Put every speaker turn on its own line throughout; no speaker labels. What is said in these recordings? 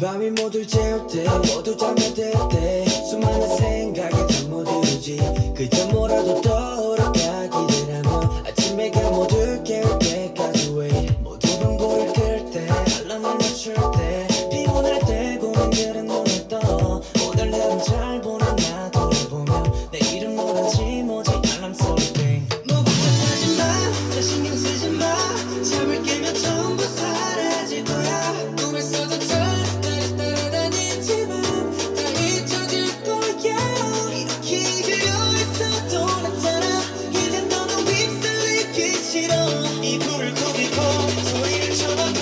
밤이 모두 재울 때 모두 잠들때 수많은 생각에 잠 못 이루지 그저 뭐라도 떠오르게 하기라면 아침에 가 모두 깨울 때까지 wait 모두 번고를 끌때 알람을 맞출 때 피곤할 때 고민들은 눈을 떠 오늘 하루 잘 보냈나 돌아보며 내 이름 뭐라지 뭐지 알람 소리 뱅 무관하지 뭐 마내 신경 쓰지 마 잠을 깨면 전부 사라질 거야 꿈을 써도 절대 따라다니지만 다 잊혀질 거야 이렇게 잊으려 했어도 나타나 이젠 너도 휩쓸리기 싫어 이불을 꾸미고 소리를 쳐봐도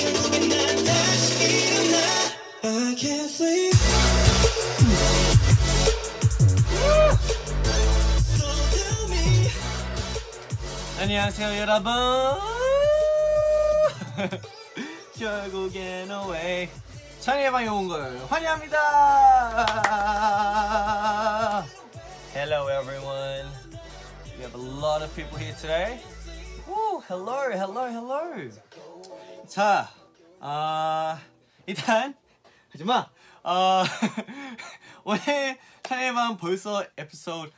결국엔 난 다시 일어나 I can't sleep so tell me
안녕하세요 여러분 결국엔 away 찬이의 방에 온걸 환영합니다 Hello everyone We have a lot of people here today Woo, Hello hello hello 자 아, 일단 하지마 어, 오늘 찬이의 방 벌써 에피소드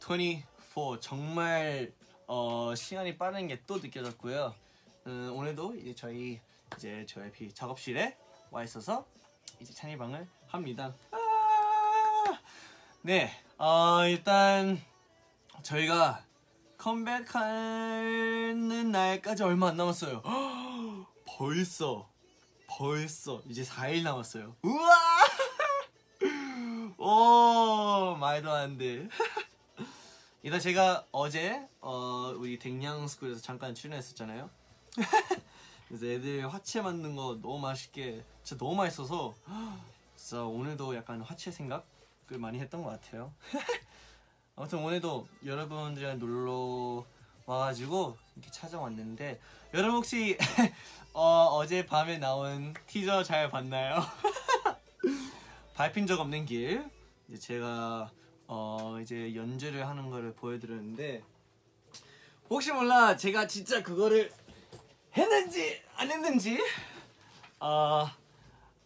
24 정말 어, 시간이 빠른 게 또 느껴졌고요. 음, 오늘도 이제 저희 이제 저희 비 작업실에 와 있어서 이제 찬이방을 합니다. 아! 네, 어, 일단 저희가 컴백하는 날까지 얼마 안 남았어요. 벌써 벌써 이제 4일 남았어요. 우와! 오 말도 안 돼. 일단 제가 어제 어, 우리 댕냥스쿨에서 잠깐 출연했었잖아요. 그래서 애들 화채 만든 거 너무 맛있게 진짜 너무 맛있어서 진짜 오늘도 약간 화채 생각을 많이 했던 것 같아요. 아무튼 오늘도 여러분들이랑 놀러 와가지고 이렇게 찾아왔는데 여러분 혹시 어, 제 밤에 나온 티저 잘 봤나요? 밟힌 적 없는 길 이제 제가 어, 이제 연주를 하는 거를 보여드렸는데 혹시 몰라 제가 진짜 그거를 했는지 안 했는지 어,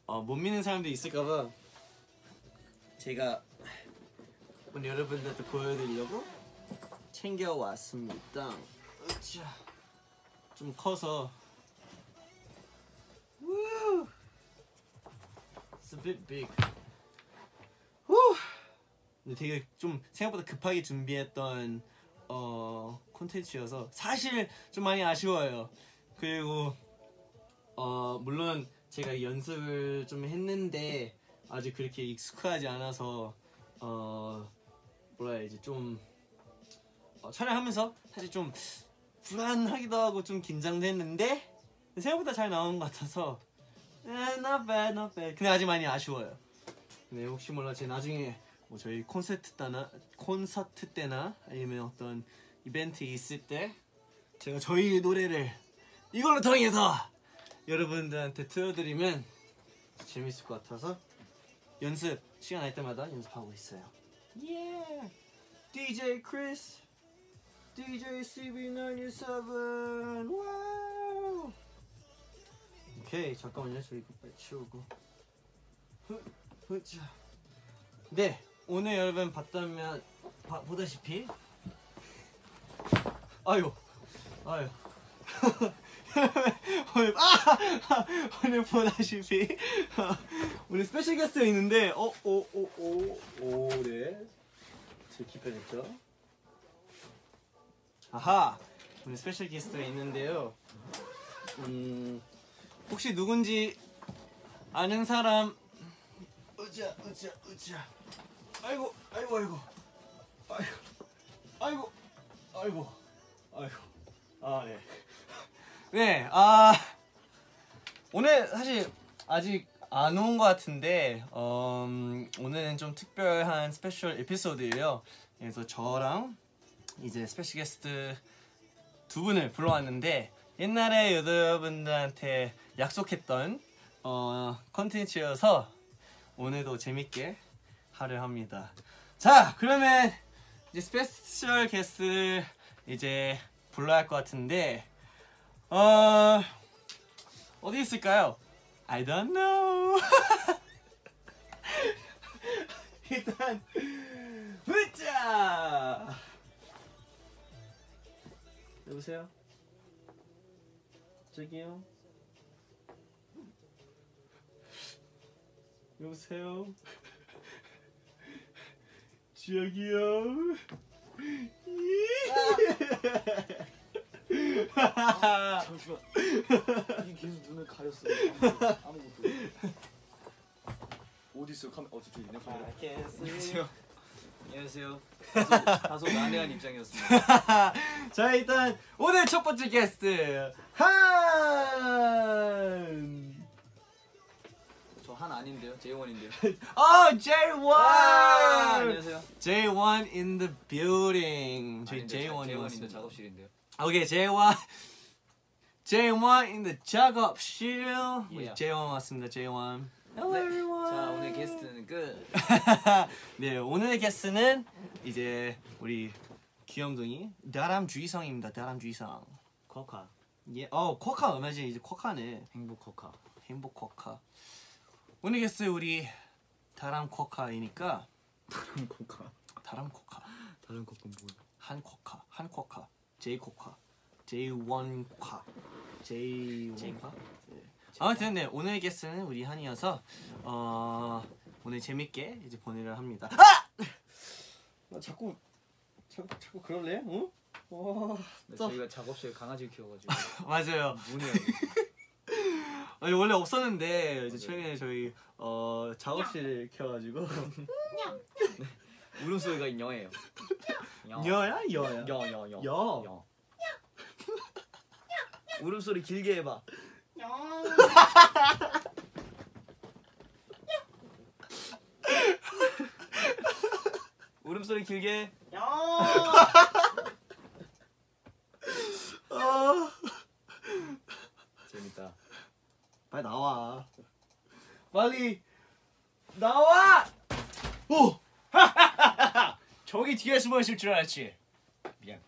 어, 못 믿는 사람도 있을까봐 제가 오늘 여러분들한테 보여드리려고 챙겨왔습니다. 으쌰. 좀 커서. Woo. It's a bit big. Woo. 근데 되게 좀 생각보다 급하게 준비했던 어 콘텐츠여서 사실 좀 많이 아쉬워요. 그리고 어 물론 제가 연습을 좀 했는데 아직 그렇게 익숙하지 않아서 어 뭐라 해야지 좀 어, 촬영하면서 사실 좀 불안하기도 하고 좀 긴장도 했는데 생각보다 잘 나온 것 같아서 에, not bad, not bad. 근데 아직 많이 아쉬워요. 네 혹시 몰라 제 나중에 뭐 저희 콘서트 때나 콘서트 때나 아니면 어떤 이벤트 있을 때 제가 저희 노래를 이걸로 통해서 여러분들한테 틀어드리면 재밌을 것 같아서 연습 시간 날 때마다 연습하고 있어요. Yeah, DJ Chris, DJ CB97, wow. 오케이 잠깐만요 저 이거 빨리 치우고. 후, 후, 자. 네 오늘 여러분 봤다면 봐- 보다시피 아유 아유 오늘 아 오늘 보다시피 어, 오늘 스페셜 게스트 있는데 어, 어오오오오네 들키 편했죠 아하 오늘 스페셜 게스트가 있는데요 음 혹시 누군지 아는 사람 으쌰 으쌰 으쌰 아이고 아이고 아이고 아이고 아이고 아이고 아이고 아네 네, 아 오늘 사실 아직 안 온 것 같은데 음, 오늘은 좀 특별한 스페셜 에피소드예요. 그래서 저랑 이제 스페셜 게스트 두 분을 불러왔는데 옛날에 여러분들한테 약속했던 어, 컨텐츠여서 오늘도 재밌게 하려 합니다. 자, 그러면 이제 스페셜 게스트 이제 불러야 할 것 같은데 어 어디 있을까요? I don't know. 일단 으짜 여보세요. 저기요. 여보세요. 저기요.
잠시만. 이게 계속 눈을 가렸어. 아무것도. 아무것도. 어디 있어요? 카메라 어 저쪽 있네 카메라.
안녕하세요.
안녕하세요. 다소, 다소 난해한 입장이었습니다.
자 일단 오늘 첫 번째 게스트 한.
저 한 아닌데요. 제이원인데요.
어
아,
J1.
안녕하세요.
J1 in the building. 저희
아닌데, 제-
J1이
제이원인데
왔습니다.
작업실인데요. 네.
오케이 J1. J1 in the 작업실. 우리
Yeah.
J1 왔습니다. J1. Hello
네.
everyone.
자 오늘 게스트는 끝.
네 오늘의 게스트는 이제 우리 귀염둥이 다람쥐성입니다. 다람쥐성.
커카.
예, 어 코카 얼마 전에 이제 코카네
행복 커카.
행복 코카. 오늘 게스트 우리 다람 코카이니까
다른 커카.
다람 코카,
다른 커카 뭐야?
한 코카, 한 코카, 제이 코카, 제이 원 코카, 제이
제이
원카. 아무튼 네 오늘 게스트는 우리 한이어서 어 오늘 재밌게 이제 보내려 합니다. 아! 나 자꾸 자꾸 자꾸 그럴래? 응? 와
네, 저희가 작업실 강아지 키워가지고
맞아요.
문을
아니 원래 없었는데 이제
맞아요.
최근에 저희 어 작업실 켜가지고
울음소리가 영예요. 영.
여야 여야
여, 여, 여.
여.
여. 울음소리 길게 해봐. 울음소리 길게.
아,
재밌다.
빨리 나와 빨리 나와 오 저기 뒤에 숨어 있을 줄 알았지
미안.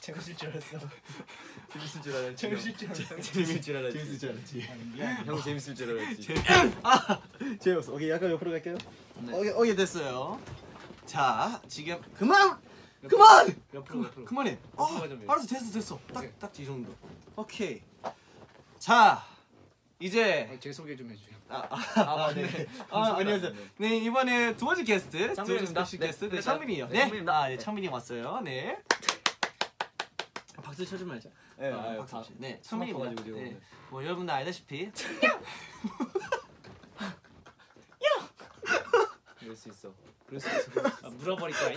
제가 쓸줄 알았어
재밌을 줄 알았지.
재밌을 줄 알았지.
재밌을 줄 알았지.
재밌을 줄 알았지 아!
형 재밌을 줄 알았지.
재밌어 오케이 약간 옆으로 갈게요
네.
오케이 오케이 됐어요 자 지금 그만 그만
옆으로 옆으로.
그만해.
아,
아,
맞아, 맞아.
알았어, 됐어, 됐어.
오케이. 음.
딱, 딱 이 정도. 오케이. 자, 이제
제 소개 좀 해주세요.
아, 아,
아,
아,
네.
네. 아, 안녕하세요.
네.
네, 이번에 두 번째 게스트, 두 번째
창민입니다.
스페셜
네,
게스트, 네,
네,
창민이요.
네,
네,
창민입니다.
아, 네,
네.
창민이 왔어요. 네. 박수 쳐주면 알죠.
네,
아,
아유,
박수
다
없이. 네,
스마트
창민입니다.
가지고 지금
네.
오늘.
뭐 여러분들 알다시피
그럴 수 있어. 그럴 수 있어.
물어버릴 거야.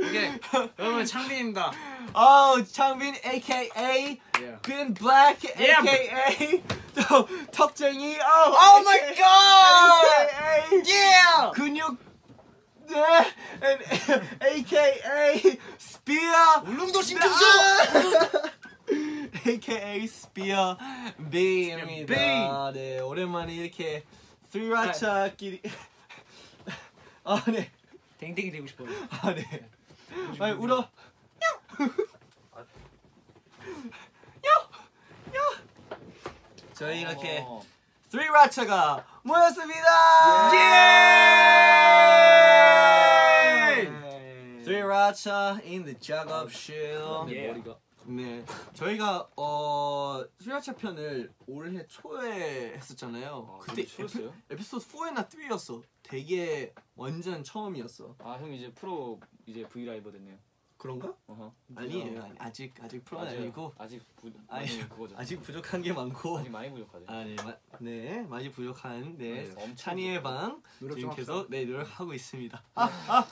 오케이. 여러분 창빈입니다.
어, 창민 AKA
Yeah.
빈 블랙
Yeah.
AKA 또 턱쟁이 어, oh my god yeah 근육 네 and AKA 스피어 울릉도 신기수 아! AKA 스피어 B입니다 네 오랜만에 이렇게 스리라차끼리 아네
댕댕이 되고 싶어요.
아네 아니 울어 저희 이렇게
어.
Three 라차가
예!
모였습니다. 예! Three 라차 in the 작업실.
내
예.
머리가
네, 저희가 어 Three 라차 편을 올해 초에 했었잖아요.
아,
그때 에피,
풀었어요?
에피소드 4나 3였어. 되게 완전 처음이었어.
아, 형 이제 프로 이제 V 라이버 됐네요.
그런가?
어허.
아니에요. 아니, 아직 아직 프로는
아직-
아니고
아직 부,
아니,
아니 그거죠. 아직,
아직 부족한 게 많고.
많이 부족하대.
아, 네, 마, 네, 많이 부족한 네,
맞아요. 엄청
찬이의 방
노력 좀
지금
합시다.
계속 네 노력하고 있습니다.
아.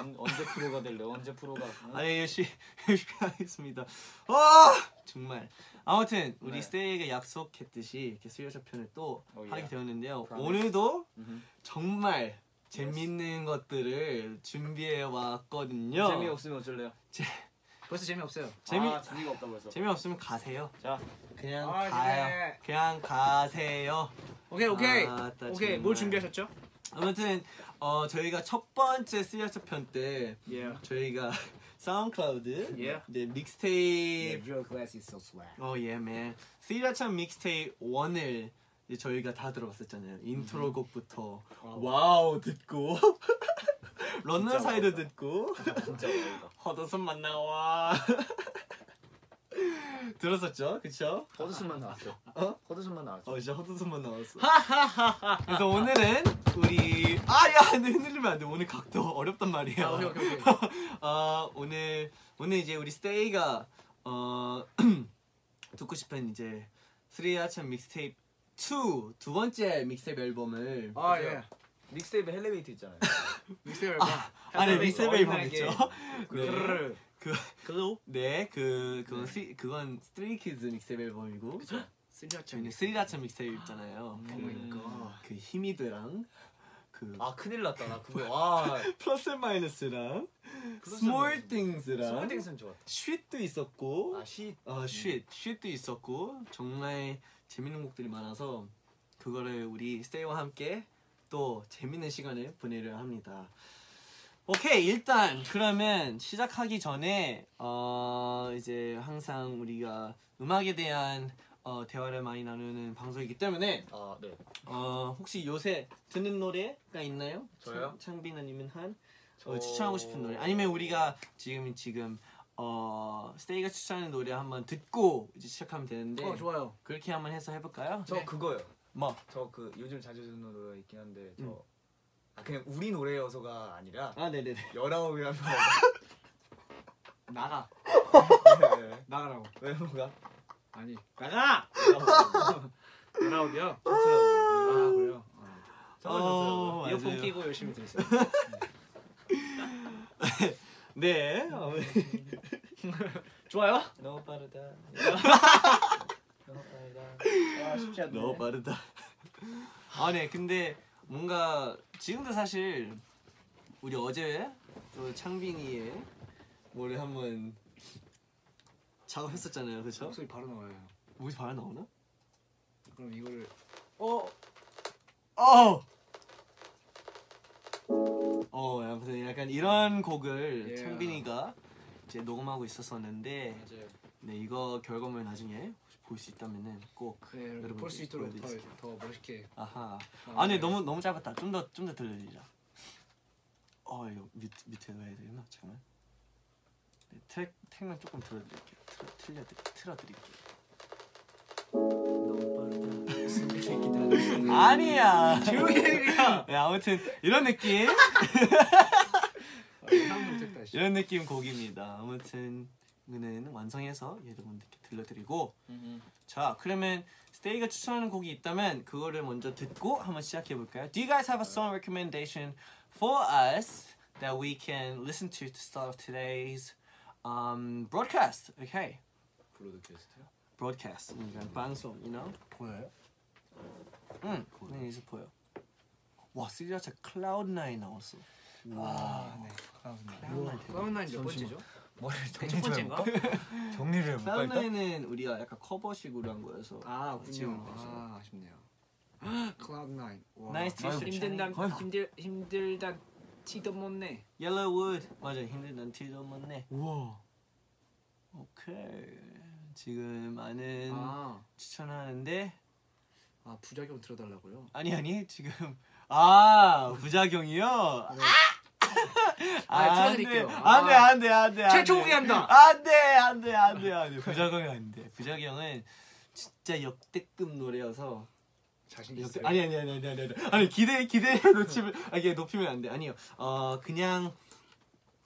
언, 언제 프로가 될래? 언제 프로가? 응?
아니 예, 열심히 열심히 하겠습니다. 아 정말 아무튼 우리
네.
스테이가 약속했듯이 이렇게 수요일 편을 또
Oh, yeah.
하게 되었는데요.
Promise.
오늘도
음흠.
정말 재밌는 것들을 준비해 왔거든요.
재미 없으면 어쩔래요?
벌써 재미 없어요.
재미
아, 재미가 없다고 해서.
재미 없으면 가세요.
자,
그냥
아,
가요.
네.
그래.
그냥 가세요.
오케이 오케이.
아따,
오케이
정말.
뭘 준비하셨죠?
아무튼 어 저희가 첫 번째 스리아차 편때
예.
저희가 사운클라우드,
Yeah.
네 믹스테이프,
Your glass is so swag.
어 예맨, 스리라찬 믹스테이프 1을 이제 저희가 다 들어봤었잖아요.
음.
인트로곡부터 와우 듣고, 런너 사이드
어렵다.
듣고,
진짜 어이가.
헛웃음만 나와. 들었었죠, 그쵸?
헛웃음만 나왔어.
어?
헛웃음만 나왔어.
어 이제 헛웃음만 나왔어. 그래서 오늘은 우리 아야 근데 흔들리면 안돼 오늘 각도 어렵단 말이야.
아, 오케이, 오케이, 오케이.
어, 오늘 오늘 이제 우리 스테이가 어 듣고 싶은 이제 스리아찬 믹스테이프 2, 두 번째 믹스테이프 앨범을
아 예.
믹스테이프 헬레베이트 있잖아요.
믹스테이블.
아네 믹스테이프 앨범
어린아이게.
있죠? 네.
그르르.
그,
글로.
네, 그, 그건, 스 그건 스트레이키즈 믹스테이프 앨범이고 저희는 스리라찬 믹스테이프 있잖아요
오 마이
그,
갓.
그 힘이드랑 그
아 큰일 났다 나 그거. 와.
플러스 앤 마이너스랑
플러스
스몰
마이너스.
띵스랑
스몰딩슨 좋았다.
쉿도 있었고
아 시.
어, 쉿, 쉿도 있었고 정말 재밌는 곡들이 많아서 그거를 우리 스테이와 함께 또 재밌는 시간을 보내려 합니다. 오케이 일단 그러면 시작하기 전에 어 이제 항상 우리가 음악에 대한 어, 대화를 많이 나누는 방송이기 때문에
아 네.
어 혹시 요새 듣는 노래가 있나요?
저요?
창, 빈 아니면 한
저-
어, 추천하고 싶은 노래 아니면 우리가 지금 지금 어 스테이가 추천하는 노래 한번 듣고 이제 시작하면 되는데
어 좋아요.
그렇게 한번 해서 해볼까요?
저 그거요.
뭐
저 그 요즘 자주 듣는 노래가 있긴 한데 저. 아 그냥 우리 노래여서가 음. 아니라
아 네네네
열아홉이라는
나가.
노래.
나가라고.
네. 왜 뭐가?
아니 나가. 나라고요. 아
좋더라고.
그래요. 어.
정말 좋더라고요.
어,
이어폰
맞아요.
끼고 열심히 들었어요.
네
좋아요?
너무 빠르다. 너무 빠르다.
아 쉽지 않네.
너무 빠르다 아네 근데 뭔가 지금도 사실 우리 어제 또 창빈이의 뭐를 한번 작업했었잖아요 그렇죠?
목소리 바로 나와요.
목이 바로 나오나?
그럼 이거를
어. 어. 어, 아무튼 약간 이런 곡을
예.
창빈이가 이제 녹음하고 있었었는데
맞아요.
네, 이거 결과물 나중에 볼 수 있다면은 꼭
네, 여러분
여러분께
볼수 있도록 더,
보여드릴게요.
더 멋있게.
아하.
아,
아니
네.
너무 너무 짧았다. 좀 더 좀 더 들려주자. 어, 이거 밑 밑에 넣어야 되나? 잠깐만. 네, 트랙 택만 조금 들어드릴게요. 틀어 틀려 틀어 드릴게요.
너무 빠르다. 새끼들.
아니야.
음. 조용히 해 그냥.
네, 아무튼 이런 느낌.
상상 못했다. 씨.
이런 느낌 곡입니다. 아무튼 이거는 완성해서 여러분들께 들려드리고 자 그러면 스테이가 추천하는 곡이 있다면 그거를 먼저 듣고 한번 시작해 볼까요? Do you guys have a song recommendation for us that we can listen to to start off today's um, broadcast? Okay,
브로드캐스트요?
broadcast. 그러니까 방송, you know?
음. 보여요?
응, 네, 이제 보여. 와, 스리라차 클라우드 나인 나왔어.
아 네.
우와.
다운라인. 다운라인 몇 번째죠?
머리를
네, 첫 번째인가?
정리를
클라우드 나인은 우리가 약간 커버식으로 한 거여서.
아
지금
군요. 아 아쉽네요. 클라우드 나인.
나이스 티셔츠
힘들다
아이고.
힘들 힘들다 티도 못 내.
옐로우드 맞아 힘든 난 티도 못내
우와.
오케이 지금 많은
아,
추천하는데
아 부작용 들어달라고요?
아니 아니 지금 아 부작용이요
네. 아, 틀어드릴게요. 아.
안돼 안돼 안돼
최초 공개한다.
안돼 안돼 안돼 안돼 부작용이 안돼 부작용은 진짜 역대급 노래여서
자신
역대-
있어요?
아니 아니 아니 아니 아니 아니 아니 기대 기대 높이면 아, 이게 높이면 안 돼 아니요 어 그냥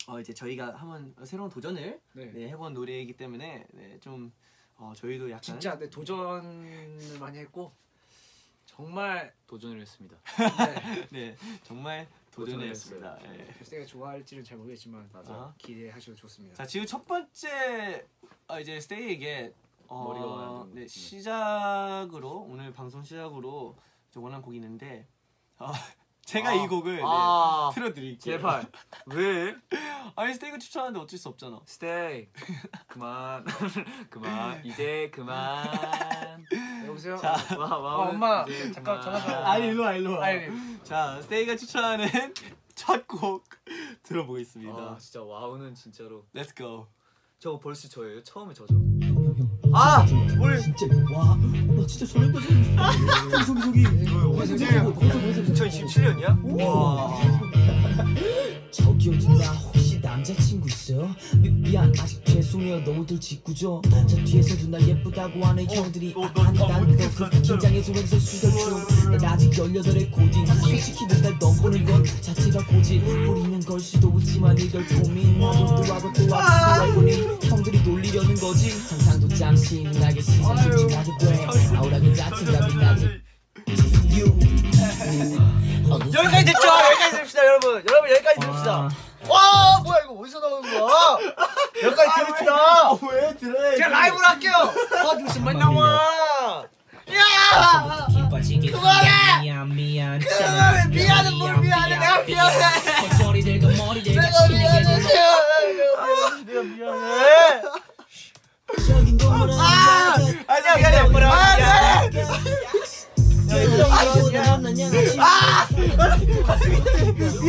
어 이제 저희가 한번 새로운 도전을
네.
네, 해본 노래이기 때문에 네, 좀 어, 저희도 약간
진짜 네, 도전을 많이 했고 정말
도전을 했습니다.
네,
네 정말
도전을
도전했습니다. 예.
글쎄가 좋아할지는 잘 모르겠지만
맞아요.
기대하셔도 좋습니다.
자 지금 첫 번째 아, 이제 스테이에게 어,
머리가 와야 되는
네,
거.
시작으로 오늘 방송 시작으로 저 원하는 곡이 있는데 어, 제가
아.
이 곡을
아
네, 틀어드릴게요.
제발 왜
아니 스테이가 추천하는데 어쩔 수 없잖아.
스테이 그만 그만 이제 그만
네, 여보세요.
자,
와
아,
와
엄마
아,
잠깐 전화 좀. 어.
아니 일로 와 일로 와.
아니
자 스테이가 추천하는 첫 곡 들어보겠습니다.
아 진짜 와우는 진짜로
Let's go.
저거 벌써 저예요 처음에 저죠 아! 뭘
진짜 와나 진짜 저런 거지 저기 저기
저기, 저기. 2017년이야?
와.
저기요 누나 혹시 남자친구 있어요? 미, 미안 아직 죄송해요 너무들 짓궂어 저 뒤에서 누나 예쁘다고 하는 형들이
어,
아,
너,
아니
어,
나는
어떡해,
그
진짜로.
긴장해서 왼손 수절 중난 아직 열여덟의 고딩 솔직히 맨날 너 보는 것 자체가 고질 부리는 걸 수도 있지만 이걸 고민 나도 또 하고 또 하고 또 하고니 형들이 놀리려는 거지 상상도 잠시 나게 시선 집중하게 돼 아우라게 짜증감이 나지 You. 어디서
여기까지 듣죠
아.
여기까지 들읍시다 여러분 여러분 여기까지 들읍시다
아.
와 뭐야 이거 어디서 나오는 거야 여기까지 들읍시다
아, 왜 들어야
제가 라이브로 할게요
아,
정말
나와 야
기빠지게
그만해!
미안 미안
그만해! 미안해, 뭘 미안해, 내가 미안해!
머리 들고 머리 들고
내가
신에게
미안해
는
내가 미안해, 내가 미안해
적인 동물
아
아니야
아니야 미안해 미안해
이거보다 만나냐 아
오케이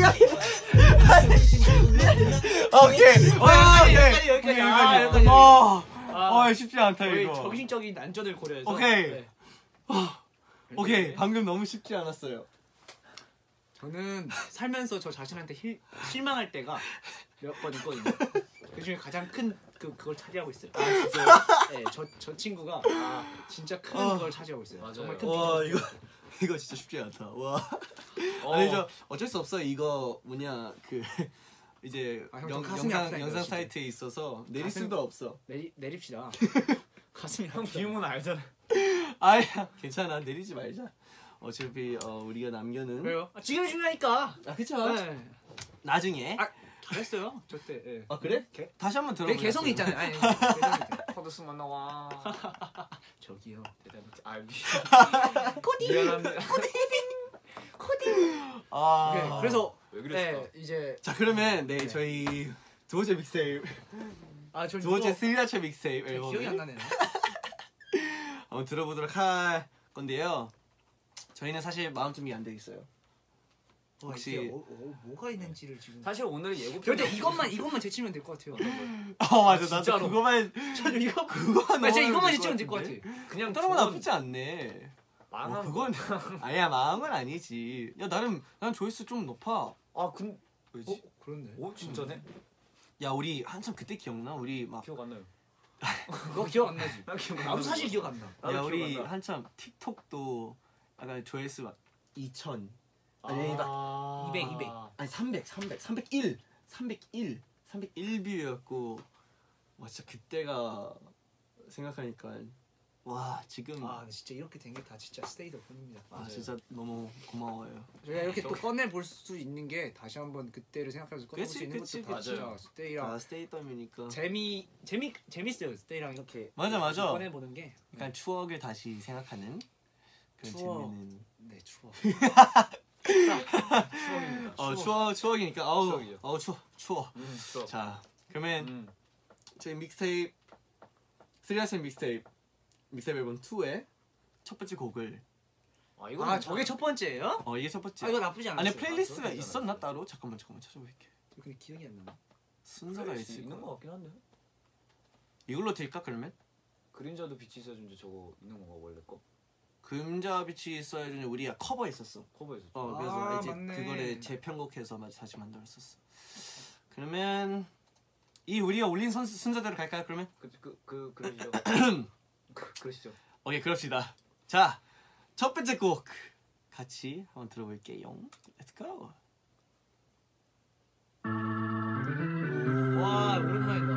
아,
오케이
여기까지,
오케이
여기까지.
아,
여기까지.
어,
아,
어, 쉽지 않다
저희
이거.
정신적인 난전을 고려해서
오케이.
네.
오케이, 방금 너무 쉽지 않았어요.
저는 살면서 저 자신한테 힐- 실망할 때가 몇 번 있거든요. 그 중에 가장 큰 그, 그걸 차지하고 있어요. 아, 진짜요? 네, 저, 저 친구가 아, 진짜 큰
어.
걸 차지하고 있어요.
맞아요.
정말 큰
와,
걸
이거 이거 진짜 쉽지 않다. 와.
차지하고
아니
있어요.
저 어쩔 수 없어 이거 뭐냐 그 이제
아, 형좀
영,
가슴이 아프다,
영상
이거
영상
진짜.
사이트에 있어서 내릴
가슴-
수도 없어.
내리, 내립시다. 가슴이 형
알잖아
아야 괜찮아 내리지 말자. 어차피 어, 우리가 남겨는
왜요? 아, 지금이 중요하니까.
아 그쵸.
네.
나중에
아, 잘했어요. 저 때. 예.
아 그래?
개-
다시 한번 들어.
내 개성이 있잖아요. 아니, 아니, 개성이 있잖아요.
커드스 만나와
저기요.
대단히 아 코디 미안합니다
아
오케이, 그래서
왜
네, 이제
자 그러면 네,
네.
저희 두 번째 믹스테이프
아, 저
두 번째
이거
스리라체 믹스테이프
잘 기억이 안
앨범을
나네요.
한번 들어보도록 할 건데요. 저희는 사실 마음 준비 안 돼 있어요. 혹시-
혹시 어, 어, 뭐가 있는지를 지금
사실 오늘 예고편
절대 이것만 음. 이것만 제치면 될 것 같아요.
어 맞아 나도
진짜로.
그거만
저는 이거
그거만
아, 제가
넣어놓으면 될것
이것만 제치면 될 것
같은데?
같아.
그냥
따라가
저건
나쁘지 않네. 어,
망한
그건 아니야 마음은 아니지. 야 나름 난 조회수 좀 높아.
아근
왜지?
어, 그렇네.
오, 진짜네?
야 우리 한참 그때 기억나? 우리 막 야
기억 안 나요
그거 기억 안 나지.
나 기억 안
나도
나요.
사실 기억 안 나.
나도 기억 안
우리
나.
한참 틱톡도 약간 조회수 막 2천 아니,
아,
200, 200.
아니 300 300 301 301 301 뷰였고 와 진짜 그때가 생각하니까 와 지금
아,
아,
근데 진짜 이렇게 된 게 다 진짜 스테이더 뿐입니다.
진짜 너무 고마워요.
제가 이렇게 또 꺼내 볼 수 있는 게 다시 한번 그때를 생각해서 꺼내 볼
그치,
수 있는
그치,
것도 다
그치.
진짜 스테이랑
다 아, 스테이텀이니까
재미 재미 재밌어요. 스테이랑 이렇게
맞아, 맞아.
꺼내 보는 게
약간 추억을 다시 생각하는 그런
추억.
재미는
네, 추억.
추억입니다
어 추억 추억이니까 아우
추억이죠.
아우 추워 추워.
음, 추억
자 그러면
음.
저희 믹스테이프 스리라스 믹스테이프 믹스테이프 앨범 2의 첫 번째 곡을
아 이거
아, 저게 첫 번째예요?
어 이게 첫 번째
아, 이거 나쁘지 않았어요.
안에 플레이리스트가
아, 저거
있었나
괜찮아요.
따로 잠깐만 잠깐만 찾아볼게
근데 기억이 안 나.
순서가 있을
있는
거야
거 같긴 한데
이걸로 드릴까 그러면
그림자도 빛이 있어준지 저거 있는 건가 원래 거
금자빛이 있어야 되는 우리가 커버 있었어
커버에서
어
아,
그래서 이제
맞네.
그거를 재편곡해서 마- 다시 만들었었어 그러면 이 우리가 올린 선, 순서대로 갈까요 그러면
그그그 그러시죠 그, 그러시죠
오케이 그럽시다 자 첫 번째 곡 같이 한번 들어볼게요 Let's go
와, 오랜만이다.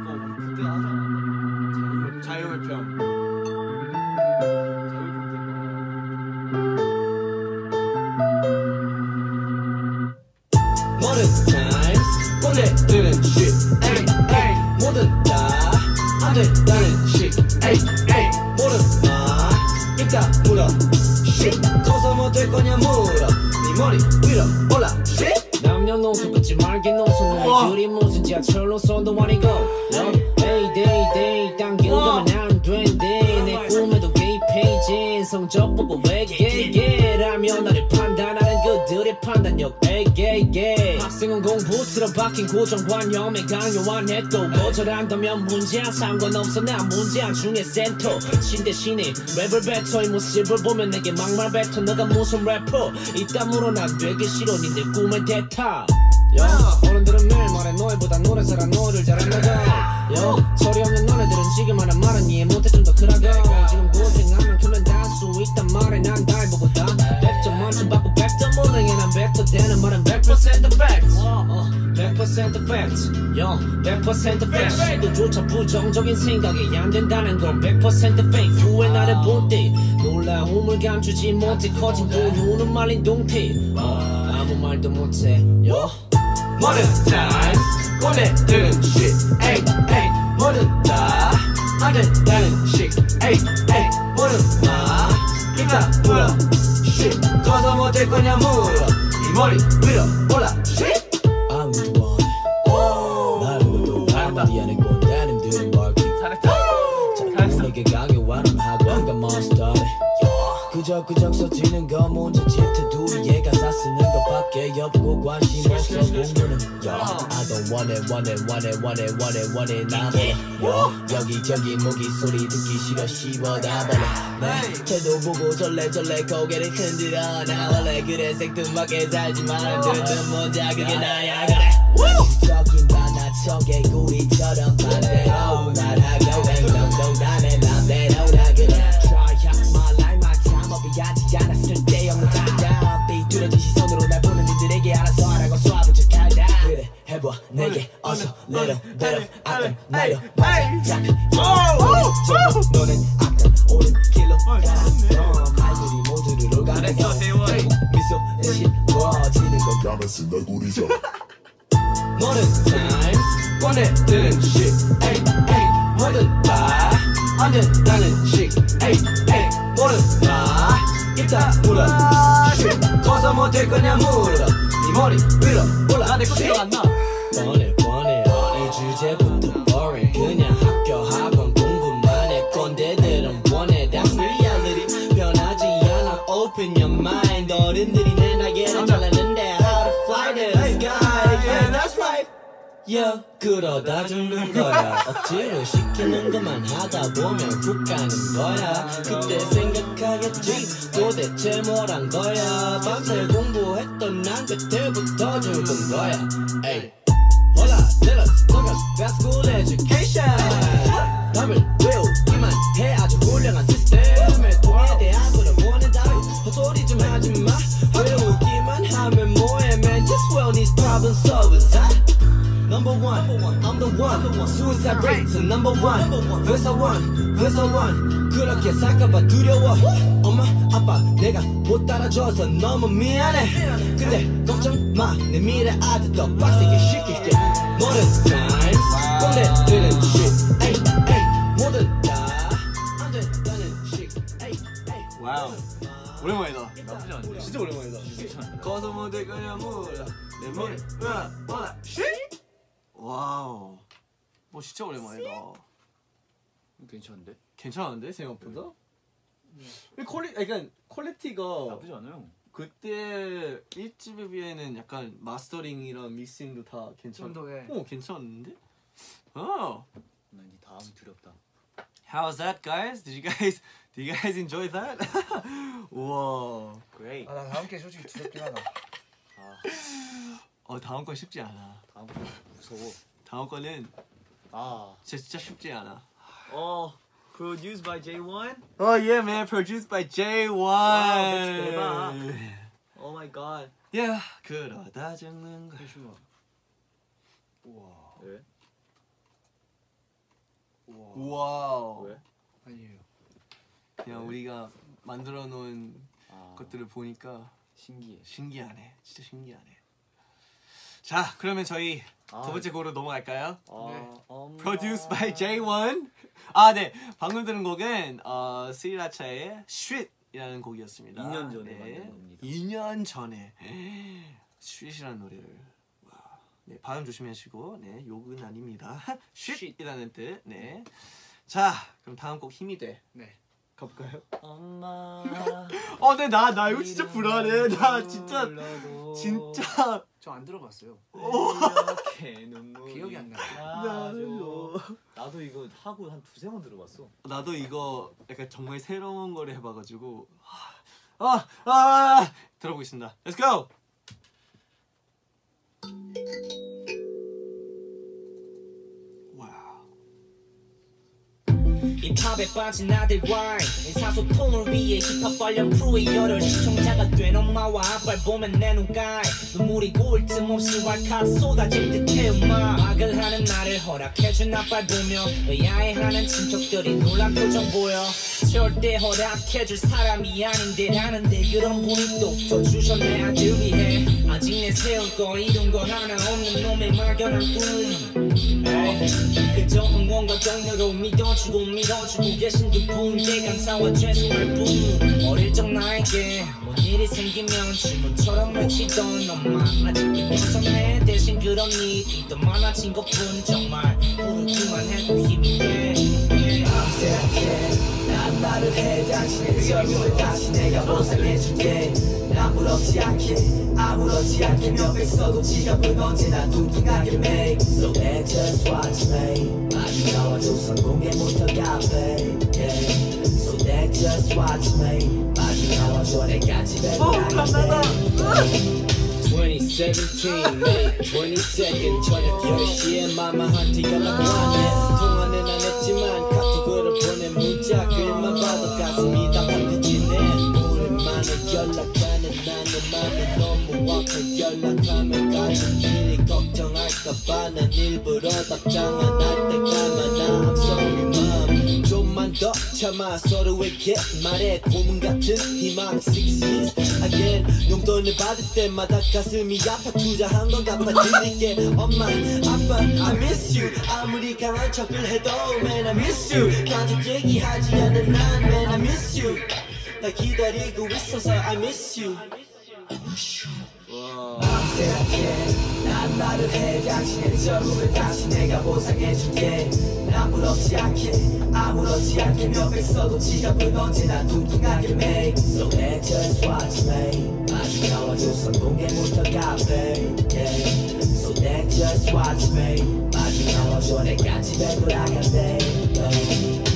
이거 그때 하자. 자유의 편.
모든 타임 꺼내드는 식 에이 에이 모든 다안 된다는 식 에이 에이 모든 다 입다 물어 식 커서 못될 거냐 물어 네 머리 위로 올라 식
남녀노소 끝이 말기노소
우와.
너의 그림옷은 지하철로선도 아니고 Hey day day 당겨가면 안 된대 내 꿈에도 게이 페이지엔 성적 보고 왜 게이게라며 나를 판단하는 그들의 판단
강력 에게게 학생은 공부틀어 박힌 고정관념에 강요한 해도 거절한다면 문제야 상관없어 난 문제야 중에 센터 신 대신에 랩을 뱉어 이 모습을 보면 내게 막말 뱉어 너가 무슨 래퍼 이따물어 난 되기 싫어 니들 꿈의 대타 야, 어른들은 매일 말해 너희보다 노래 잘한 너를 잘한다가 야, 소리 없는 너네들은 지금 하는 말은 이해 못해 좀 더 크라고 지금 고생하면 그면 다수 있단 말에 난 달보고다 100점 만점 받고 100점 오능해 난 100도 되는 말은 100% facts 어, 100% facts 야, 100% facts 시도조차 부정적인 생각이 안 된다는 건 100% fake 후에 나를 볼때 놀라움을 감추지 못해 커진 두 눈은 말린 동태 어, 아무 말도 못해 요
Modern times 꺼내드는 shit 에이 에이 모든 다안 된다는 shit 에이 에이 모든 마 이마 물어 shit 커서 못할 거냐 물어 이 머리 위로 올라 shit
아무도 안 나보고 아무리 하는 건다님들은 멀티 자꾸에게 강요하는 학원과 마스터리 그저 그저 써지는 거 문제 집태도 얘가 사쓰는 것밖에 없고 관심 없어 공부는 야 I don't want it want it want it want it want it want it 나보다 여기 저기 모기 소리 듣기 싫어 씹어 다 버려 네 걔도 보고 절레절레 고개를 흔들어 나 원래 그래 생뚱맞게 살지만 들뜬 모자 그게 나야 그래 적인 바나척의 구리처럼 반대로 날아가고 행동도 나내 맘대로 나 그래 Try out my life my time 어비하지 않았을 때 없는 답답 삐뚤어진 시선으로 날 보는 이들에게 알아서 하라고 쏴본 척 한다 그래 해봐 내게 어서 내려 내려 악당 날려 맞아 잡히 너는 악당 오른 길로 가라 어, 발들이 모두를 오가네 미소 대신 멋지는 건
Diamonds in the goodies.
모든 times 꺼내드는 shit 에이 에이 모든 다안 된다는 shit 에이 에이 모든 다 입다 물어 shit 커서 못할 거냐 물어 네 머리 위로 올라 나내
기억 안 나.
뻔해 뻔해 이 주제부터 boring 그냥 학교 학원 공부만 해 꼰대들은 원해 That's reality 변하지 않아 Open your mind 어른들이 내 나게를 잘랐는데 How to fly to the sky Yeah that's right 야 그러다 죽는 거야 억지로 시키는 것만 하다 보면 훅 가는 거야 그때 생각하겠지 도대체 뭘 한 거야 밤새 공부했던 난 그때부터 죽은 거야 에이 홀라 내렸어 너가 That's school education 답을 외우기만 해 아주 훌륭한 시스템에 동의에 대한 그런 원한다고 헛소리 좀 하지마 외우기만 하면 뭐해 man Just well these problem solvers 아? Number one, I'm the one. Suicide rates are number one. Verse one, verse one. 그렇게 살까봐 두려워. 엄마, 아빠, 내가 못 따라줘서 너무 미안해. 근데 걱정 마, 내 미래 아주 더 빡세게 시킬게. 모든 times, 꼰대들은 shit. 에이, 에이, 모든 다안 된다는 shit. 에이, 에이.
와우 오랜만이다
나쁘지 않네.
진짜 오랜만이다 커서 못할 거냐 몰라 내 머리
네.
몰라 몰라 쉿 와우 뭐 진짜 오랜만이다
괜찮은데?
괜찮은데 생각보다 이 퀄리 그러니까 퀄리티가
네. 나쁘지 않아요.
그때 1집에 비해는 약간 마스터링이랑 믹싱도 다 괜찮.
좀더
예.
해.
어 괜찮은데? 어.
난 이 다음 두렵다.
How's that, guys? Did you guys Did you guys enjoy that? 우와.
Great.
아, 나 다음 게 솔직히 두렵긴 하다.
아
어 다음 건 쉽지 않아.
다음 거 무서워.
다음 거는
아.
진짜, 진짜 쉽지 않아.
어. Produced by J1.
Oh yeah, man. Produced by J1.
와, 맥주 Oh my god.
yeah. 그러다 죽는 거.
잠시만.
우와.
왜?
우와.
왜?
아니에요.
그냥 우리가 만들어 놓은
아.
것들을 보니까
신기해.
신기하네. 진짜 신기하네. 자, 그러면 저희
아.
두 번째 곡으로 넘어갈까요?
아. 엄마.
Produced by J1. 아, 네. 방금 들은 곡은 어, 스리라차의 쉿이라는 곡이었습니다. 네.
2년 전에 만든 겁니다.
2년 전에 쉿이라는 노래를 와. 네, 발음 조심하시고. 네, 욕은 아닙니다. 쉿이라는 뜻. 네. 자, 그럼 다음 곡 힘이 돼.
네.
가볼까요?
엄마.
어, 근데 나, 나 이거 진짜 불안해. 나 진짜,
불러도
진짜.
저안 들어봤어요.
이렇게 눈물이
기억이 안 나.
아,
나죠. 나도 이거 하고 한 두세 번 들어봤어.
나도 이거 약간 정말 새로운 거를 해봐가지고. 아, 아, 들어보겠습니다. Let's go! 와우.
힙합에 빠진 아들과 의사소통을 위해 힙합 관련 프로의 열혈 시청자가 된 엄마와 아빠를 보면 내 눈가에 눈물이 고일 틈 없이 왈칵 쏟아질 듯해 음악 막을 하는 나를 허락해준 아빠를 보며 의아해하는 친척들이 놀란 표정 보여 절대 허락해줄 사람이 아닌데 라는데 그런 분이 또저 주셨네 아들 위해 아직 내 세울 거 이룬 건 하나 없는 놈의 막연한 꿈 에이, 그저 응원과 격려로 믿어주고 믿어주고 계신 그분께 감사와 죄송할 뿐 어릴 적 나에게 뭔 일이 생기면 주문처럼 외치던 엄마 아직도 괜찮네 대신 그런 일이 더 많아진 것뿐 정말 부르기만 해도 힘이 돼 예.
난 말을 해 당신의 그 얼굴을 다시 내가 보살해줄게 난 부럽지 않게 아무렇지 않게 몇백 써도 지갑은 언제나 뚱뚱하게 make So yeah, just watch me 아주 나와도 성공에 못터가 babe yeah. So yeah, just watch me 아주 나와도 내까지 배가
2017 May 22nd 저녁 10시에 마마한테 연락왔네 통화는 안 했지만 카톡으로 보낸 문자 글만 봐도 가슴이 답답해지네 오랜만에 연락하는 나는 맘이 너무 아파 연락하면 가는 길이 걱정할까봐 난 일부러 답장 안할 때가만 나 I'm sorry mom 좀만 더 참아 서로에게 말해 고문 같은 희망 Six years again 용돈을 받을 때마다 가슴이 아파 투자한 건 갚아드릴게 엄마 아빠 I miss you 아무리 강한 척을 해도 man I miss you 가족 얘기하지 않는 난 man I miss you 나 기다리고 있어서 I miss you
난 말을 해 당신의 젊음을 다시 내가 보상해줄게 난 부럽지 않게 아무렇지 않게 몇백 써도 지갑은 언제나 뚱뚱하게 make So yeah, just watch me 아주 나와도 성공에 못터가 babe yeah. So yeah, just watch me 아주 나와도 내까지 배불안한데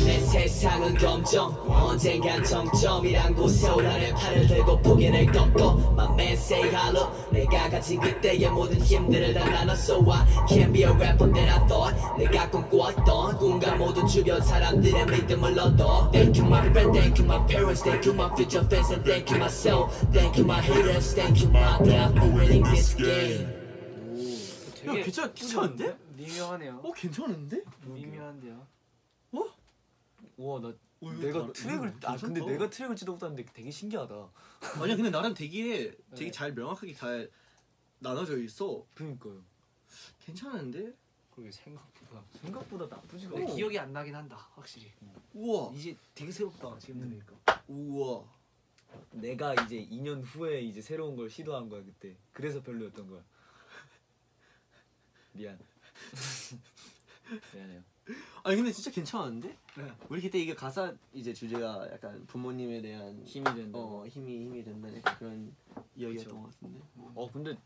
내 세상은 검정 언젠간 정점이란 곳에 오라내 팔을 들고 포기를 꺾고 My man say hello 내가 가진 그때의 모든 힘들을 다 나눴어 I can't be a rapper that I thought 내가 꿈꿔왔던 꿈과 모든 주변 사람들의 믿음을 얻어 Thank you my friend, thank you my parents Thank you my future fans and thank you myself Thank you my haters, thank you my love for winning this game
야,
되게
괜찮, 괜찮은데?
미묘하네요.
어, 괜찮은데?
미묘한데요.
우와 나
어, 이거
내가
다-
트랙을
이거
아 근데
괜찮다.
내가 트랙을 지도 못하는데 되게 신기하다.
아니야 근데 나랑 되게 되게
네.
잘 명확하게 잘 나눠져 있어
그러니까요.
괜찮은데
그게 생각보다.
아, 생각보다 나쁘지가
근데
않아.
기억이 안 나긴 한다. 확실히.
우와
이제 되게 새롭다. 지금
음.
들으니까.
우와
내가 이제 2년 후에 이제 새로운 걸 시도한 거야 그때. 그래서 별로였던 거야. 미안. 미안해요.
아니 근데 진짜 괜찮은데
네.
우리 그때 이게 가사 이제 주제가 약간 부모님에 대한
힘이 된다. 어.
어 힘이 힘이 된다 약간 그런 이야기였던 것 같은데
어, 근데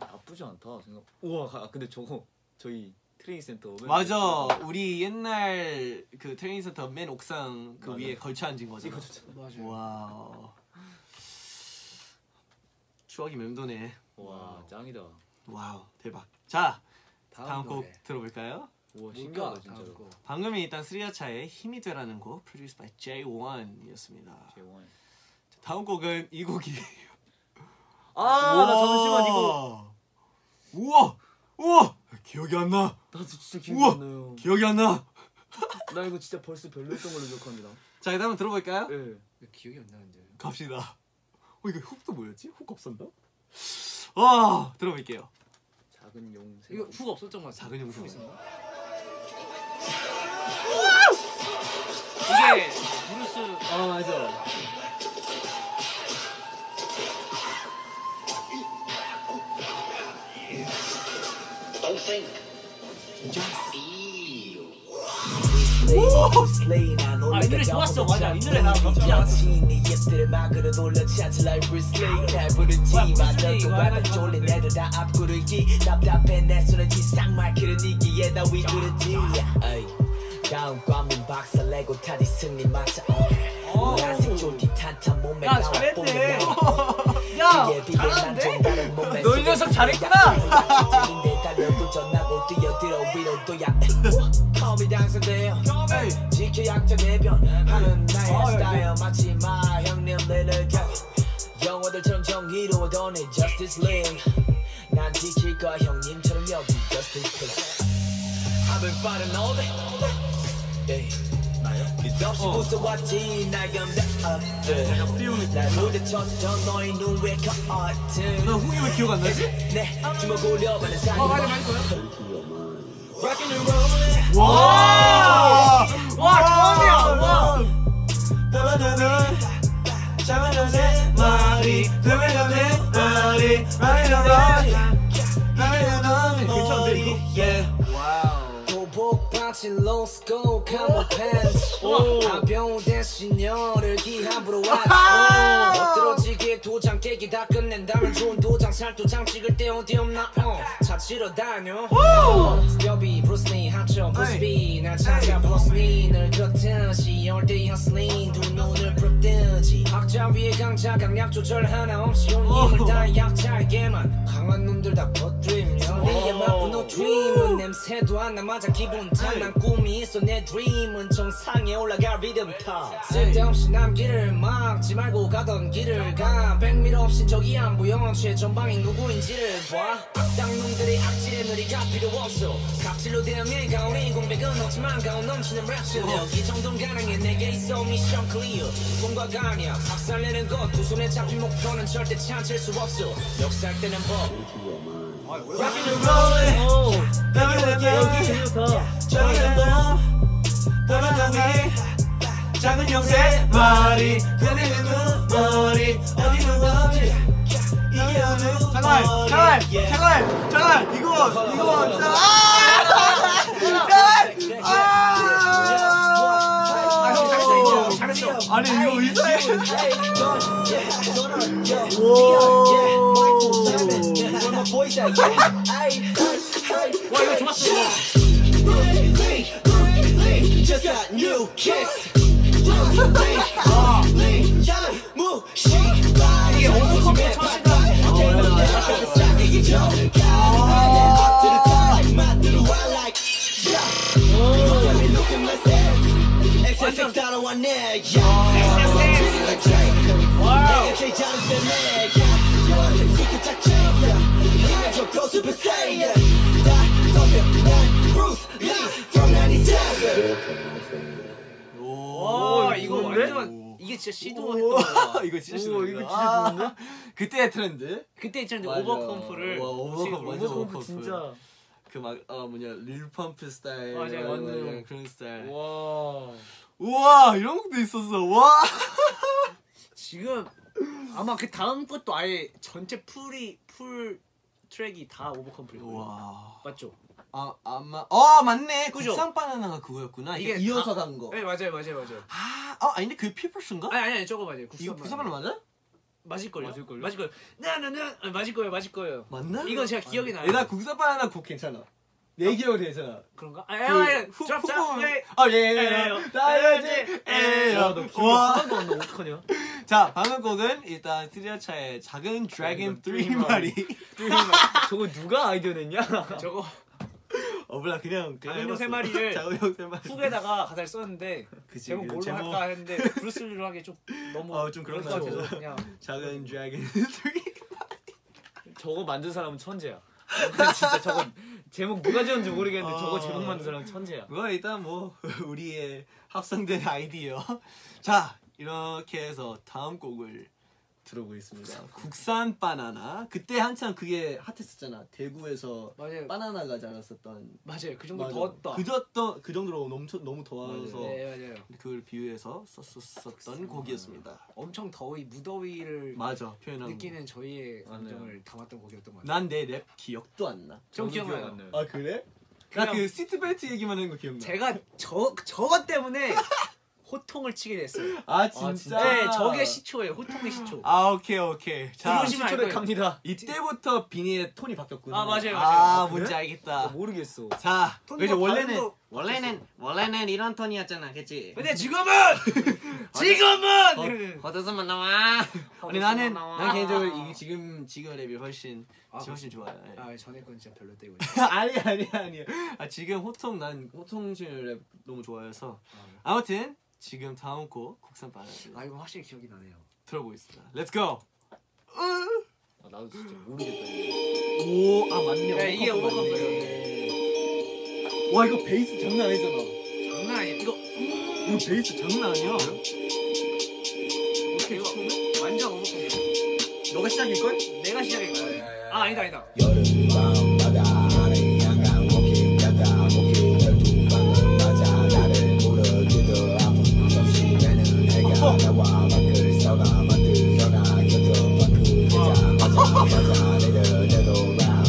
나쁘지 않다 생각. 우와 아, 근데 저거 저희 트레이닝 센터 맨
맞아 우리 옛날 그 트레이닝 센터 맨 옥상 그
맞아.
위에 걸쳐 앉은 거잖아
찍어줬잖아.
맞아요.
와우 추억이 맴도네
와 짱이다.
와우 대박 자
다음,
다음 곡
노래.
들어볼까요?
우와
뭔가
신기하다
다음
진짜로.
곡.
방금이 일단 스리아차의 힘이 되라는 곡 Produced by J1이었습니다
재원.
다음 곡은 이 곡이에요
아나 잠시만 이거
우와 우와 기억이 안나
나도 진짜
우와!
기억이 안 나요.
기억이 안나
나 이거 진짜 벌써 별로였던 걸로 기억합니다.
자 일단 한번 들어볼까요?
예.
기억이 안 나는데요.
갑시다 어 이거 훅도 뭐였지? 훅 없었나? 아 들어볼게요
작은 용새.
이거 후가 없었던 것 같아.
작은 용서
이게 브루스
아 맞아.
Don't think. Just feel.
Slay, slay, 난
아, 이 노래 좋았어. 맞아. 이 노래 나 넘지 않았어.
야 잘했네 야 잘하는데? 너 이 녀석 잘했구나 어.
어.
Justice League 난 지킬 거야 형님처럼 여기 Justice League I've been fighting all day, all day. Yeah. 끝없이 웃어왔지 날
내가
견뎌왔던
띄우는
날 무대쳤던 너의 눈왜 같은
나 후기 왜 기억 안 나지?
내 주먹 올려보는 사이 어 맞아 맞아 Rockin' and rollin'
와!
와 처음이야 와
따라다는 작은 새 말이 드물던 말이 말이 나던 말이 나던 괜찮은데 이거? 예
도복 바친 로스코 카모 팬츠 가벼운 대신 열을 기합으로 왔지 엎드러지게 도장 깨기 다 끝낸다면 좋은 도장 살도장 찍을 때 어디 없나 어, 찾으러 다녀 스튜비 브루스니 합쳐 브루스비 날 찾아 브루스니 늘 그렇듯이 열대 허슬링 두 눈을 부릅뜨지 학자 위에 강자 강약 조절 하나 없이 온 힘을 다 약자에게만 강한 놈들 다 퍼뜨리며 내게 맛본 옷 드림은 냄새도 안 남아자 기분 탓난 꿈이 있어 내 드림은 정상에 올라갈 리듬 타 쓸데없이 남길을 막지 말고 가던 길을 가 백미러 없인 적이 안 보여 최전방이 누구인지를 봐 땅놈들의 악질에 느리가 필요 없어 갑질로 대응해 가오리 공백은 없지만 가온 넘치는 랩실력 이 정도는 가능해 내게 있어 미션 클리어 꿈과 강약 박살내는 것 두 손에 잡힌 목표는 절대 참을 수 없어 역살되는 법
Rockin' and rollin' 따라다는
여기 좋다
작은 놈 따라다니 작은 형세 말이 그네는 눈머리 어디는 건지 이게 어느
잠깐만 잠깐만 잠깐만 잠깐만 이거 이거 진짜 아! 잠깐만 아!
잘했어, 이제. 잘했어.
아니 이거 의사에
와 이거 좋았어
Just got new kicks 이게 오버컴퓨터
와 이거
좋은데?
완전 이게 진짜 시도했던 거야.
이거 진짜
오,
싫어
이거 진짜 좋은데?
그때의 트렌드
그때 있잖아
맞아.
오버컴프를
와, 오버컴프
지금
완전
오버컴프.
오버컴프 진짜
그 막 어 뭐냐 릴펌프 스타일
맞아,
뭐
맞아요.
그냥 그런 스타일
와
우와 이런 것도 있었어 와
지금 아마 그 다음 것도 아예 전체 풀이 풀 트랙이 다 오버컴프일 거예요.
우와
맞죠?
아 아마 어 맞네
그죠?
국산 바나나가 그거였구나 이게
이게
이어서
다-
간거아어
네 맞아요 맞아요 맞아요.
아닌데 그 피플스인가
아니 아니 아니 저거 맞아요.
이거
국산
국산 바나나 맞아
맞을 걸요. 맞을
맞을걸요?
걸요. 맞을 걸요. 네, 나나나 맞을 거예요 맞을 거예요.
맞나
이건 제가 기억이 나요. 어?
얘나 국산 바나나 곡 괜찮아 내 기억에 괜찮아
그런가? 아, 아, 아,
후-
드랍
후보-
드랍. 네.
아, 예, 예,
에요.
예. 나야지, 에요. 와.
하나도 안나 어떡하냐
자, 방금 곡은 일단 스리아차의 작은 드래곤 3 마리.
저거 누가 아이디어 냈냐
저거
어, 몰라, 그냥. 그냥
작은 형
해봤어.
세 마리를
작은 형세 마리.
훅에다가 가사를 썼는데
그치,
제목 뭘로
제목.
할까 했는데 브루스리로 하기 좀 너무
어, 좀 그런 것
그래가지고
같아요.
그냥
작은 드래곤 3.
저거 만든 사람은 천재야. 진짜 저거 제목 누가 지었는지 모르겠는데 저거 제목 만든 사람은 천재야.
그거 일단 뭐, 우리의 합성된 아이디어. 자, 이렇게 해서 다음 곡을 들어보겠습니다. 국산 바나나. 그때 한참 그게 핫했었잖아. 대구에서
맞아요
바나나가 자랐었던.
맞아요 그 정도
맞아.
더웠다
그저 그 정도로 넘쳐, 너무 더워서.
네 맞아요
그걸 비유해서 썼었던 곡이었습니다.
엄청 더위 무더위를
맞아 표현한
느끼는 저희의
맞아요.
감정을 담았던 곡이었던 것 같아요.
난내 랩 기억도 안 나.
저는
좀
기억
기억나요.
안 나요.
아 그래?
그냥-
나 그 시트벨트 얘기만 한 거 기억나.
제가 저 저것 때문에 호통을 치게 됐어요.
아
진짜?
진짜.
네, 저게 시초예요. 호통의 시초.
아 오케이 오케이. 자
조심히 알
시초를
거예요.
갑니다.
이때부터 비니의 톤이 바뀌었구나.
아, 맞아요, 맞아요.
아
아,
뭔지 알겠다.
모르겠어.
자그
톤과
이제 원래는
발음도-
원래는 원래는 이런 톤이었잖아, 그렇지?
근데 지금은 지금은
어,
이러는.
겉웃음만 나와. 아니 나는
네. 나와.
난 개인적으로 이 지금 지금 랩이 훨씬 지금 훨씬 좋아요. 예.
아 전에 건 진짜 별로였다 이거.
아니 아니 아니. 아 지금 호통 난 호통 랩 너무 좋아해서
네.
아무튼 지금 다음 곡 국산 바람
아 이거 확실히 기억이 나네요.
들어보겠습니다. Let's go.
아, 나도 진짜 모르겠다. 이거.
오아 맞네.
네, 이게
오버컷
오버컷
맞네.
와 이거 베이스 장난 아니잖아.
장난 아니야. 이거
이거 베이스 장난 아니야.
이거 완전 오버컷이에요.
너가 시작일 걸?
내가 시작인 거야. 아 아니다 아니다.
여름밤마다 하늘 향한 워킹 가다 목이 열두 방을 맞아 나를 부르기도 아픈 점심에는 해가 나와 밖을 서가 만들어가 곁으로 밖을 가자 맞아 맞아 내려 내돌아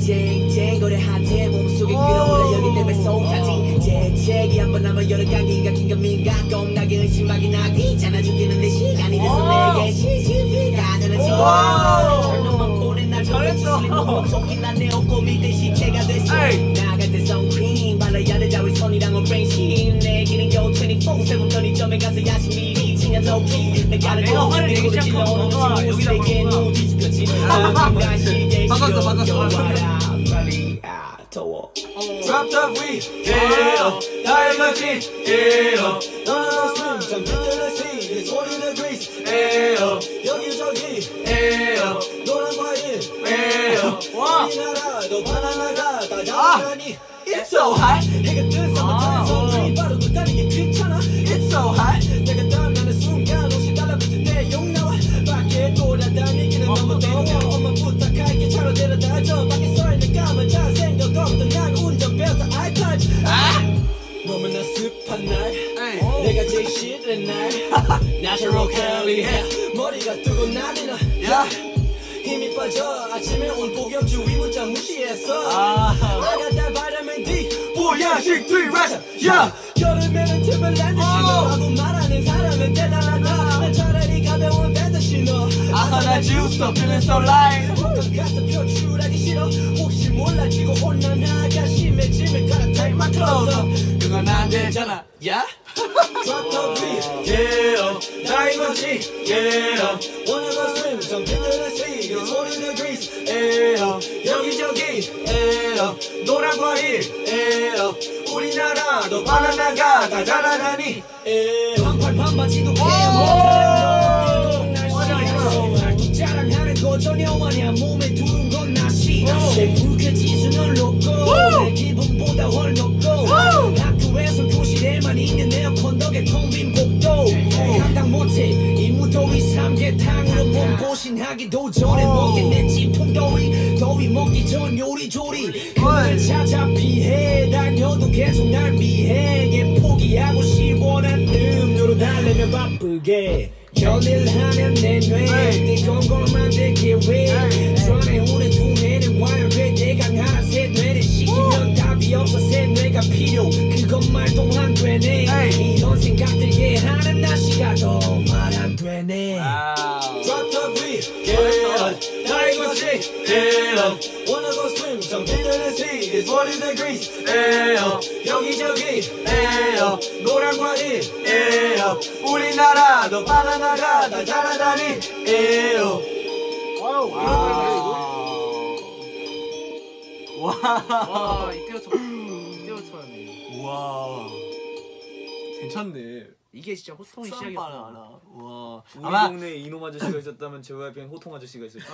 쨍쨍거려 하태 몸속에 끌어올라 여기 때문에 소타지 재채기 한번 하면 여러 감기가 긴가 민가 겁나게 의심하기 나 귀찮아 죽겠는데 시간이 돼서 내게 시시비가 되는 시간 절망만 보낸 나 잘했어 속이 난내 옷고미 대 시체가 됐어 나갈 때 선크림 발라야 돼 자위 손이랑 오렌지 내 길은 겨우 24/7 편의점에 가서 야식 미리 지난 로키 내가
아, 내가 화를 내기 시작한 거구나. 여기다 그런 거구나.
뒤집혀진 아름다운
바꿨어, 바꿨어.
빨리 아 더워
Drop top we zero diamond zero
나는 숨참 비틀레시 이 소리는 그리스
zero
여기저기
zero
노란 과일
zero
우리나라도 바나나가 다 자라니 It's so hot 해가 뜬 서머타임에서 우리 바르고 다니기 귀찮아 It's so hot 내가 땀나는 순간 옷이 달라붙을 때욕 나와 밖에 돌아다니기는 너무 대롱해 엄마 부탁할게 차로 데려다줘 밖에 서있는 까만 잘생겨 겁도 난 운전벨트 아이타치 아 너무나 습한 날 내가 제일 싫은 날 Natural curly hair 머리가 뜨고 난리나 힘이 빠져 아침에 온 폭염주 위문자
아.
무시했어 나가다 바람은 뒤 보야식 뒤라자 야 여름에는 틈을랜드 신어 라고 말하는 사람은 대단하다 난 차라리 가벼운 밴드 신어
아하 나 지웠어 feeling so light
혹은 가슴 표출하기 싫어 혹시 몰라 지고 혼란하자 심해지면 갈아타임 my clothes up
그건 안 되잖아 야
Drop top beat
zero diamond zero
Wanna go swim 정신을 다 see 이 소리는 그리스
zero
여기저기
zero
노란 과일
zero
우리나라도
바나나가 다 자라나니
반팔 반바지도
자꾸 자랑하는 거 전혀 아니야 몸에 두른 건 나시 나시 불쾌 지수는 높고 내 기분보다 훨 높고 학교에서 교실에만 있는 에어컨 덕에 텅빈 복도 감당 못해 이무 더위 삼계탕으로 몸 보신하기도 전에 먹겠네 통 더위 더위 먹기 전 요리조리 그걸 찾아 피해 다녀도 계속 날 미행해 포기하고 시원한 음료로 달래면 바쁘게 견딜하는 내 뇌, 네 건걸만 되게 왜 전해오는 두뇌는 와열돼 대강하는 새 뇌를 시키면 답이 없어 새 뇌가 필요 그것 말도 안 되네 이런 생각들 예 하는 날씨가 더 말 안 되네
Drop top V 계란 다 이거지 계란 Wanna go swim 정신을 see It's what is the grease 에어 여기저기 에어 노란 과일 에어 우리나라도 바나나가 다 자라다니 에어
아.
와 이때부터 이때부터였네.
와 괜찮네
이게 진짜 호통이 시작이었구나.
바나나 와
우리
아마
동네에 이놈 아저씨가 있었다면 JYP엔 호통 아저씨가 있었다.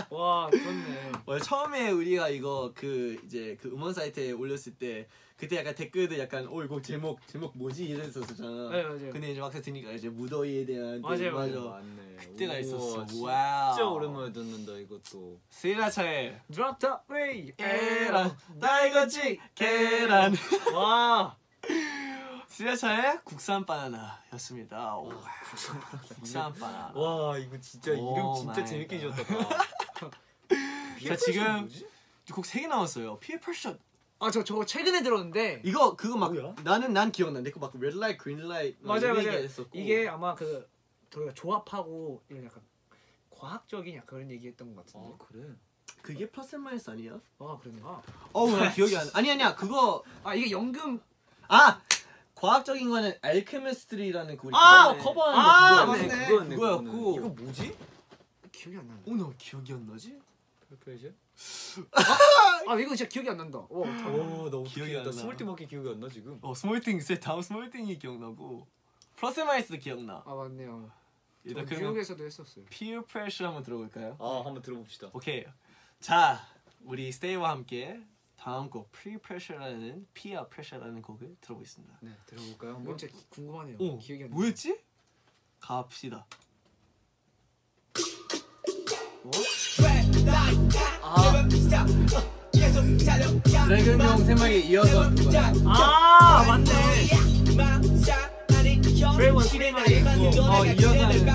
아, 와 그렇네.
원래 처음에 우리가 이거 그 이제 그 음원 사이트에 올렸을 때 그때 약간 댓글들 약간 어 이거 제목 제목 뭐지 이랬었잖아.
네, 맞아요.
근데 이제 막상 듣니까 이제 무더위에 대한 또
맞아요,
맞아.
맞아요.
맞네.
그때가
우와,
있었어.
진짜
와우.
오랜만에 듣는다 이것도.
스리라차의
Drop the way.
계란
음.
딸거지 계란
와.
스리라차의 국산 바나나였습니다. 오, 아, 국산 바나나. 어,
와 이거 진짜
오
이름 진짜
마이
재밌게
갓. 자
지었다.
지금 곡 세 개 나왔어요. 피에 펄샷
아 저 저거 최근에 들었는데
이거 그거 막
뭐야?
나는 난 기억나는데 그막 red light, green light 막
맞아요
이런
맞아요
얘기했었고.
어, 이게 아마 그 저희가 조합하고 이런 약간 과학적인 약간 그런 얘기했던 것 같은데
그래.
그게 플러스 앤 마이너스 아니야?
아 그런가
어우 나 기억이 안 아니 아니야 그거
아 이게 연금
아 과학적인 거는 알케미스트리라는 그 우리
아
그거네.
커버하는
아,
거
맞네.
그거였네. 그거였네.
그거였고. 어,
이거 뭐지?
기억이 안 나는데
오나 기억이 안 나지?
프레셔?
아 이거 진짜 기억이 안 난다 와
오 너무
기억이
기억이
안
안 나.
나.
스물 때 먹기 기억이 안 나 지금.
어 스몰띵 세 다음 스몰띵이 기억나고 플러스 앤 마이너스도 기억나.
아 맞네요 저
일단 그러면
뉴욕에서도 했었어요
피어 프레셔 한번 들어볼까요?
아 한번 들어봅시다.
오케이 자 우리 스테이와 함께 다음 곡 프리 프레셔라는 피어 프레셔라는 곡을 들어보겠습니다.
네 들어볼까요
이건 진짜 기- 궁금하네요
오
기억이 안 나요
어, 뭐였지? 갑시다.
어,
드래곤 형 세막에 아, 이어서 그거.
아 맞네 드래곤 시리마리 있고
어 이어서 하는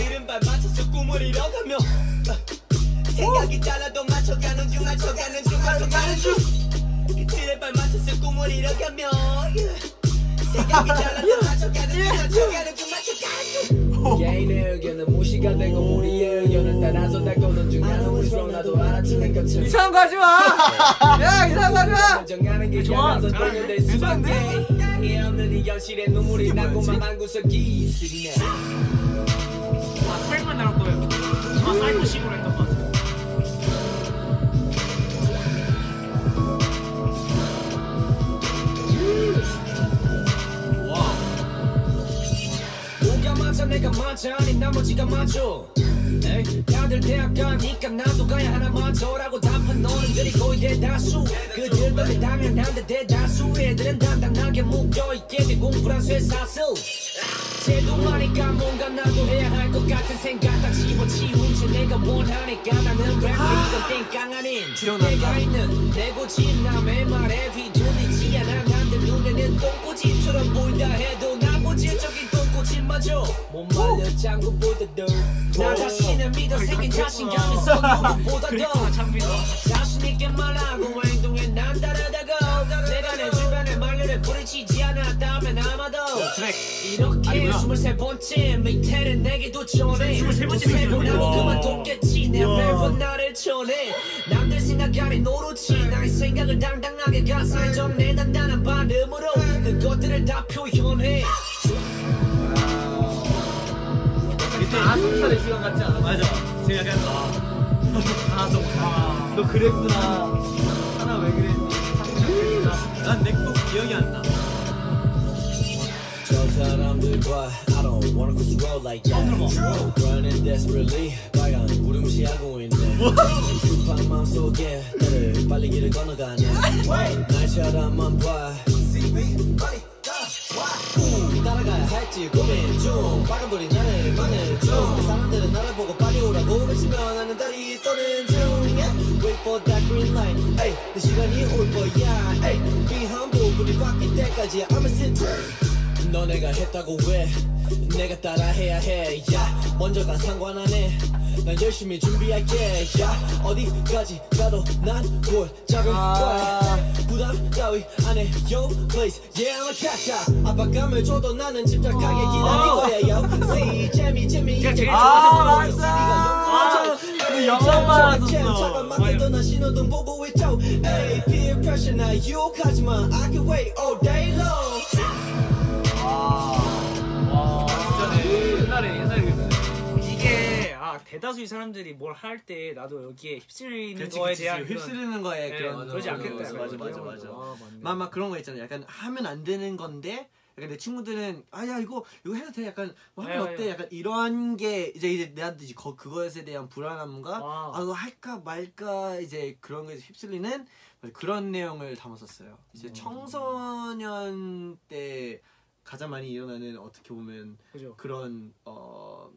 이른발 맞춰서 꿈을 잃어가며 생각이 달라도 맞춰가는 중 맞춰가는 중 맞춰가는 중 이른발 맞춰서 꿈을 잃어가며 생각이 달라도 맞춰가는 중 맞춰가는 중 맞춰가는 중
개인의 의견은 무시가 되고 우리의 의견을 따라서 달고는 중 나는 우리 수 나도 알아채는 것처럼
이상한 거 하지 마! 야 이상한 거 하지 마!
정하는 게 가서 동요될 수밖에 땅에
아,
없는 이 현실에 눈물이 나고 맘한 구석이 있으네
아 프랭만 나올 거예요 아마 사이코식으로 했던 것 같아요
우가 맞아 내가 맞아 아닌 나머지가 맞아 에이, 다들 대학 가니까 나도 가야 하나 맞아라고 답한 너는 들이 거의 대다수 그들도 당연한데 대다수 애들은 단단하게 묶여있게 내 공부란 쇠사슬 쟤도 많으니까 뭔가 나도 해야 할 것 같은 생각 다 집어치운 채 내가 원하니까 나는 랩 이건 땡깡 아닌 내가 있는 내 고집 남의 말에 휘둘리지 않아 난들 눈에는 똥꼬집처럼 보인다 해도 나고질적인 똥꼬집마저 못 말려 짱구보다도 나 자신을 믿어 생긴 자신감이 썩 누구보다 더 자신 있게 말하고 행동에 난 따라다가 내가 내 주변에 만류를 부리치지 않았다면 아마도 이렇게 스물세 번째 밑에는 내게도 전해 스물세 번째 나고 그만 돕겠지 내 멜은 나를 전해 남들 생각하니 노릇이 나의 생각을 당당하게 가사에 정내 단단한 발음으로 그것들을 다 표현해
아송타의 시간 같지 않아? 맞아. 제가 약간 아 아송타. 너 그랬구나. 하나 왜 그랬니?
난내 곡 기억이 안 나.
저 사람들과 I don't wanna cross the road like that Running desperately 빨간 구름 무시하고 있네 급한 마음속에 나를 빨리 길을 건너가네 날처럼만 봐 우, 음, 따라가야 할지 고민 중 빨간 불이 나를 막는 중 사람들은 나를 보고 빨리 오라고 외치면 나는 다리 떠는 중 yeah. Wait for that green light 에이, 내 시간이 올 거야 에이, Be humble 불이 바뀔 때까지 I'm a sit 너 내가 했다고 왜 내가 따라해야 해 야 먼저가 상관 안해 난 열심히 준비할게 야 어디까지 가도 난골 잡을 거야 부담 따위 안해 Yo please yeah I'm a cat 압박감을 줘도 나는 집착하게 기다릴 거야 Yo see 재미 재미 이제
아, 맞다.
맞다
근데 영어만 알았었어.
차가맣게 떠난 신호등 보고 있죠 에이 peer pressure 나 유혹하지만 I can wait all day long
옛날에 옛날에 그랬네.
이게 아 대다수의 사람들이 뭘 할 때 나도 여기에 휩쓸리는
그치,
거에
그치,
대한
그치. 휩쓸리는 거에
네,
그런 어,
그러지
맞아,
않겠다
맞아,
약간
맞아
이런
맞아
거.
맞아
아, 맞네.
막, 막 그런 거 있잖아 약간 하면 안 되는 건데 약간 내 친구들은 아야 이거 이거 해도 돼 약간 뭐 하면
네,
어때
네.
약간 이런 게 이제 이제 나한테 이제 거, 그것에 대한 불안함과
아.
아 이거 할까 말까 이제 그런 거에 휩쓸리는 그런 내용을 담았었어요 이제
음.
청소년 때 가장 많이 일어나는 어떻게 보면
그죠
그런 어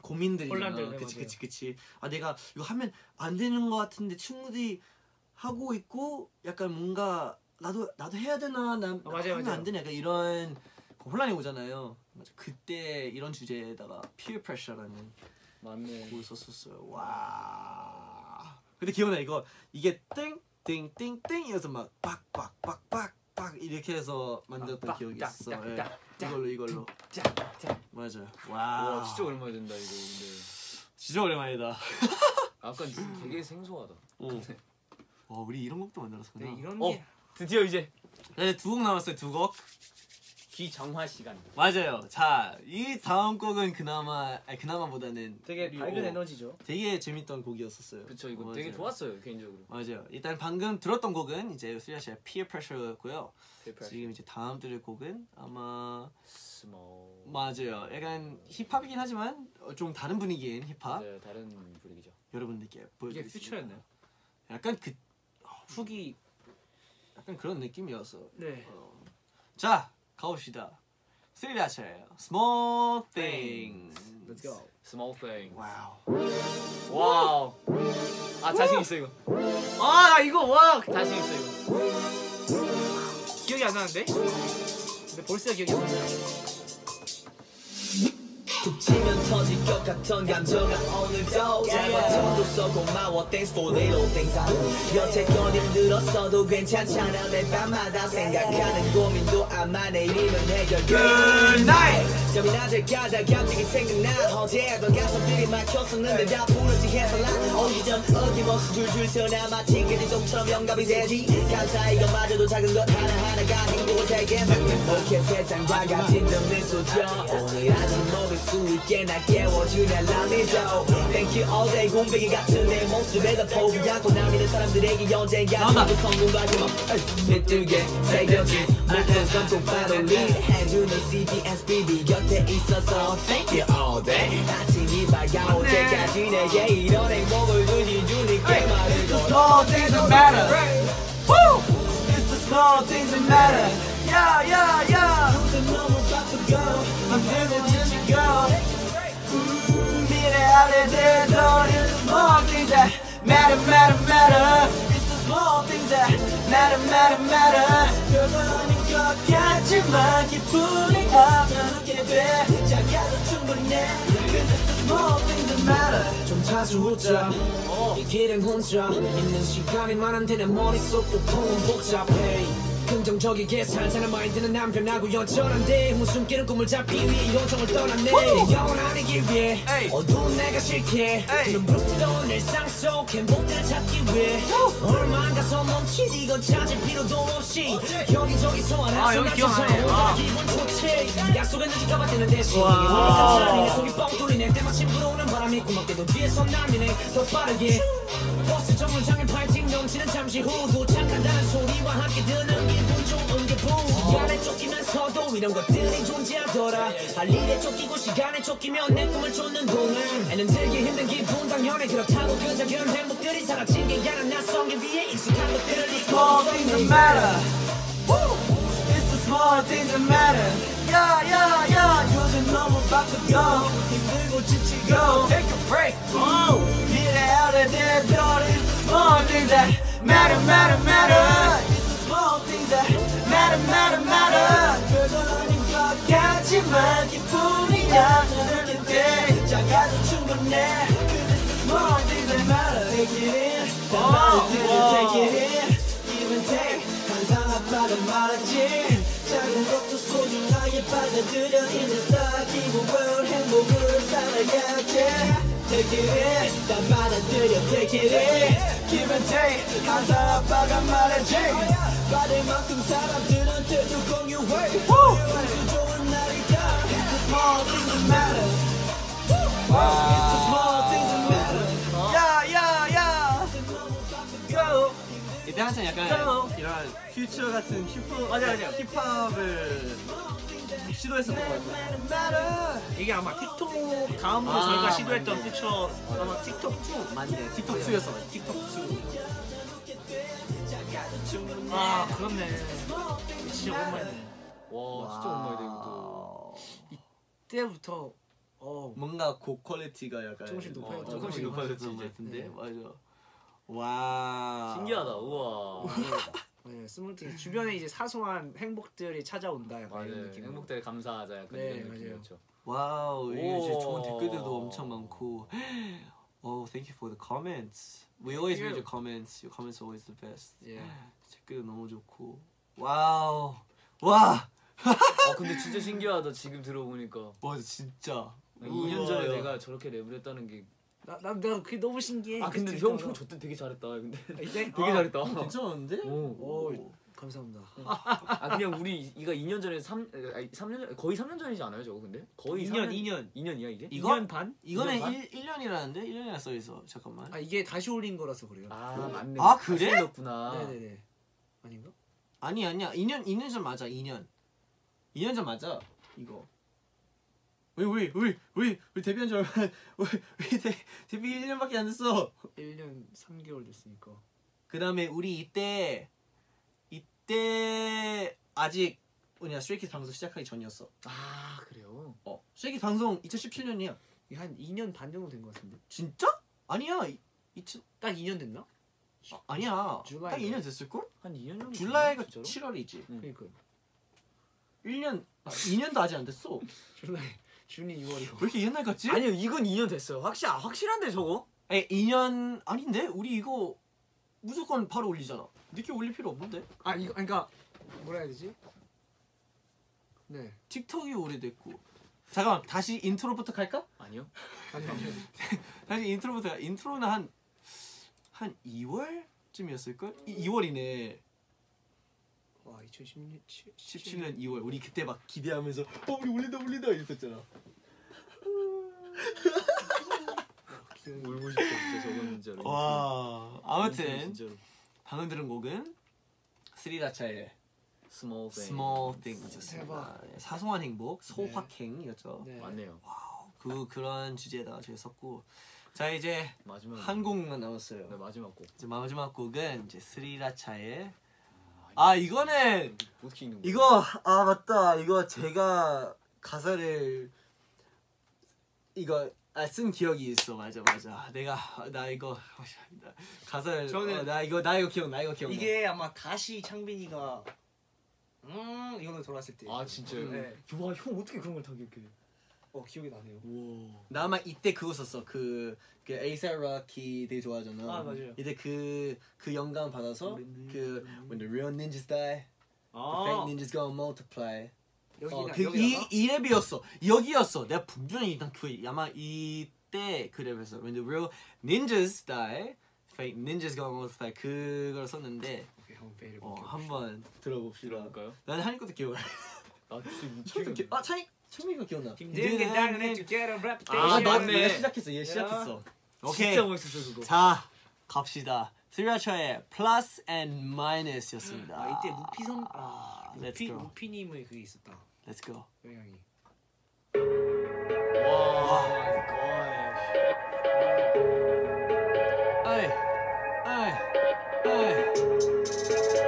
고민들이잖아.
혼란들, 네,
그치
맞아요.
그치 그치. 아 내가 이거 하면 안 되는 것 같은데 친구들이 하고 있고 약간 뭔가 나도 나도 해야 되나 나
아, 맞아요,
하면
맞아요.
안 되나 약간 이런 그 혼란이 오잖아요. 맞아. 그때 이런 주제에다가 peer pressure라는
맞네.
곡을 썼었어요. 와. 근데 기억나 이거 이게 땡땡땡땡 이어서 막 빡빡빡빡 빡 이렇게 해서 만들었던 기억이 있어. 예. 이걸로 이걸로. 맞아요. 와.
와 진짜 얼마 된다 이거 근데
진짜 오랜만이다.
아까 되게 생소하다
오. 와 우리 이런 곡도 만들었었구나.
네, 이런
어
게
드디어 이제
네, 두 곡 남았어요. 두 곡.
귀정화 시간
맞아요. 자, 이 다음 곡은 그나마 아니 그나마보다는
되게
그리고
밝은 에너지죠.
되게 재밌던 곡이었었어요.
그쵸 이거
맞아요.
되게 좋았어요 개인적으로
맞아요. 일단 방금 들었던 곡은 이제 수리아 씨의 Peer Pressure였고요. 지금 이제 다음 들을 곡은 아마
스모
맞아요. 약간 힙합이긴 하지만 어, 좀 다른 분위기인 힙합
맞아요 다른 분위기죠
여러분들께
네. 이게
보여드리겠습니다.
퓨처였나요?
약간 그
후기.
약간 그런 느낌이었어.
네.
어. 자 가봅시다. 스리아 씨의 Small Things.
Let's go.
스몰 thing
와우.
와우 아 자신 있어 이거 아 나 이거 와 자신 있어 이거
기억이 안 나는데? 근데 벌써 기억이 안 나.
툭 치면 터질 것 같던 감정아 오늘도 잘 버텨줘서 고마워 Thanks for little things I do 여태껏 힘들었어도 괜찮잖아 내 밤마다 생각하는 고민도 아마 내일이면 해결 Good night 잠이 낮에 가다 갑자기 생각나 어제 하던 가슴들이 막혔었는데 다 부르지 해서 난 오기 전 어김없이 줄줄 서나 마치 그리동처럼 영감이 되지 감사 이것마저도 작은 것 하나하나가 행복을 세게 만들게 세상 다 같이 넘는 소절 오늘 아침 먹을 수 있게 날 깨워준 알람이죠 Thank you all day 공백이 같은 내 모습에다 포기 하고 남이는 사람들에게 언젠가 모두 성공과 희망 늦게 새겨진 모든 선통 바로 리해주는 CBS BB 곁에 있어서 Thank you all day 아침이 밝아 어제까지 내게 이런 행복을 주니 주니께 말을 걸어
small things that matter. Woo! It's the small things that matter. Yeah, yeah, yeah. I'm feeling just you go. 미래 아래 대던 It's the small things that matter, matter, matter. It's the small things that matter, matter, matter. 별거 아닌 것 같지만 기쁨이 다 나누게 돼. 작아도 충분해. Cause it's the small things that matter.
좀 자주 웃자 이 길은 혼자 있는 시간이 많은데 내 머릿속도 품 복잡해 긍정적이게 살자는 마인드는 남편하고 여전한데 웃음 깨는 꿈을 잡기 위해 요정을 떠났네 영원하기 위해 어두운 내가 싫게 눈 부끄러운 일상 속 행복을 찾기 위해 얼마 안 가서 멈춘 이건 찾을 필요도 없이 여기저기서 어, 네! 알아서 나 찾아오다 기분 좋지 약속은 늦게 가봤다는 대신 내 속이 뻥 뚫리네 때마침 불어오는 바람이 고맙게도 뒤에서 남이네 더 빠르게 버스 정류장에 파이팅 넘치는 잠시 후 도착한다는 소리와 함께 드는 기분 좋은 그 기분 시간에 쫓기면서도 이런 것들이 존재하더라 할 일에 쫓기고 시간에 쫓기면 내 꿈을 쫓는 동안 애는 들기 힘든 기분 당연해 그렇다고 그 작은 행복들이 사라진 게 아니라 낯선 게 위해 익숙한 것들을
small
잊고
things that matter. Woo! It's the small things that matter. Yeah, yeah, yeah. 요즘 너무 바쁘고 힘들고 지치고 take a break. Oh, get out of there, door. It's the small things that matter, matter, matter. It's the small things that matter, matter, matter. 별거 아닌 것 같지만 기쁨이야 나는 때 작아도 충분해. 'Cause it's the small things that matter. Take it in. Oh, take it in. 기분 돼 항상 아빠는 말했지 작은 것도 소중하게 받아들여 이제 쌓이고 올 행복을 살아야지 Take it in 다 받아들여 Take it in 기분 돼 항상 아빠가 말했지 받을 만큼 사람들한테도 공유해 아주 좋은 날이다 It's the small things that matter It's the small things that matter Yeah yeah yeah Go 이때 한참 약간 이런 퓨처 같은 힙합 맞아 맞아 힙합을 시도했었던 것 같아요.
이게 아마 틱톡 다음으로
아,
저희가
맞네.
시도했던 피처 아마 틱톡 2.
맞네 틱톡 2였어 틱톡 2.
아 그렇네. 진짜 오랜만이네.
와 진짜 오랜만이다 이것도
때부터 어.
뭔가 곡 퀄리티가 약간
조금씩
어,
높아졌죠.
조금씩
거의
높아졌지
맞아,
이제
맞아.
근데
네.
맞아 와
신기하다 우와
네, 스몰팅 주변에 이제 사소한 행복들이 찾아오는다 약간
맞아요 예,
이런 느낌.
행복들에 감사하자 약간
네,
이런
맞아요.
느낌이었죠
와우 이게 진짜 좋은
오.
댓글들도 엄청 많고 oh thank you for the comments we always read
Thank you.
your comments your comments are always the best
예.
댓글도 너무 좋고 와우 와
아 근데 진짜 신기하다 지금 들어보니까
맞아 진짜
2년 전에
우와.
내가 저렇게 랩을 했다는 게 아
나, 나, 나 그게 너무 네, 신기해.
근데
이렇게
형형
들으면서.
저때 되게 잘했다 근데
아, 이제
되게 잘했다
어. 괜찮은데
오.
오, 감사합니다. 어,
아 그냥 우리 이가 2년 전에 3 아니 3년 전 거의 3년 전이지 않아요 저거 근데 거의
2년,
2년
2년.
2년이야 이게
이거?
2년 반?
이거는
이거만?
1, 1년이라는데 1년이라 써 있어 잠깐만
아, 이게 다시 올린 거라서 그래요.
아 맞네
아, 그래?
다시 네
네네네. 아닌가?
아니 아니야 2년 2년 전 맞아 2년 2년 전 맞아 이거 우리 우리 우리 우리 우리 데뷔한 지 얼마 우리 우리 데, 데뷔 1년밖에 안 됐어
1년 3개월 됐으니까.
그 다음에 우리 이때 이때 아직 뭐냐 스트레이키즈 방송 시작하기 전이었어
아 그래요
어 스트레이키즈 방송 2017년이야
이게 한 2년 반 정도 된 것 같은데.
진짜? 아니야 이, 이,
딱 2년 됐나?
아, 아니야
줄라이.
딱 2년 됐을걸?
한 2년 정도
줄라이가
됐나, 진짜로?
7월이지
음.
그러니까.
1년 2년도 아직 안 됐어 왜
준이 준이 6월이고.
이렇게 옛날 같지?
아니요 이건 2년 됐어요 확실 아, 확실한데 저거
에 2년 아닌데 우리 이거 무조건 바로 올리잖아. 늦게 올릴 필요 없는데.
아, 이거 그러니까 뭐라 해야 되지? 네.
틱톡이 오래됐고. 잠깐만 다시 인트로부터 갈까?
아니요
아니, 아니.
다시 인트로부터 가. 인트로는 한 한 2월쯤이었을 걸? 2월이네.
와, 2016
17년 2월. 우리 그때 막 기대하면서 어 우리 올린다 올린다 이랬었잖아.
울고 싶다 진짜 저건 진짜로
와.
진짜로,
아무튼
진짜로
방금 들은 곡은 스리라차의
스몰
네.
뱅
Small Things였습니다. 네, 사소한 행복, 소확행이었죠.
네.
맞네요
그 그런 주제에다가 저희 썼고 자 이제
마지막
음.
한 곡만
네,
남았어요.
마지막 곡
이제 마지막 곡은 이제 스리라차의 아 이거는
어떻게 읽는 거야?
이거 아 맞다 이거 제가 가사를 이거 아, 쓴 기억이 있어 맞아 맞아 내가 나 이거 가사를
저는-
어, 나 이거 나 이거 기억 나 이거 기억
이게 아마 다시 창빈이가 음, 이거는 돌았을 때.
아 진짜요?
네.
와형 어떻게 그런 걸 다 기억해
어, 기억이 나네요.
음. 나 아마 이때 그거 썼어 그, 그 에이사 락키 되게 좋아하잖아
아, 맞아요.
이때 그, 그 영감 받아서 그
음.
When the real ninjas die
아. 그
the fake ninjas gonna multiply
아. 여기
어,
어,
그,
여기
이,
나.
이 랩이었어 여기였어 내가 분명히 일단 그 아마 이때 그 랩이었어 When the real ninjas die fake ninjas gonna multiply 그걸 썼는데
오케이, 형 베일을
어,
볼게요.
한번 들어봅시다
그럴까요?
난 한이 것도 기억나
나 아,
창민이도
진짜
기억-
미치겠네
아 창이 창민이가 기억나
힘들게 당연해 to get a reputation.
아,
네. 맞네
맞네.
얘 시작했어 얘 시작했어 오케이
진짜 멋있었어 그거
자 갑시다 스리라차의 플러스 앤 마이너스였습니다
아, 이때 루피 선 아,
Let's
루피
go.
루피 님의 그게 있었다.
Let's go
영향이.
와
에이 에이 에이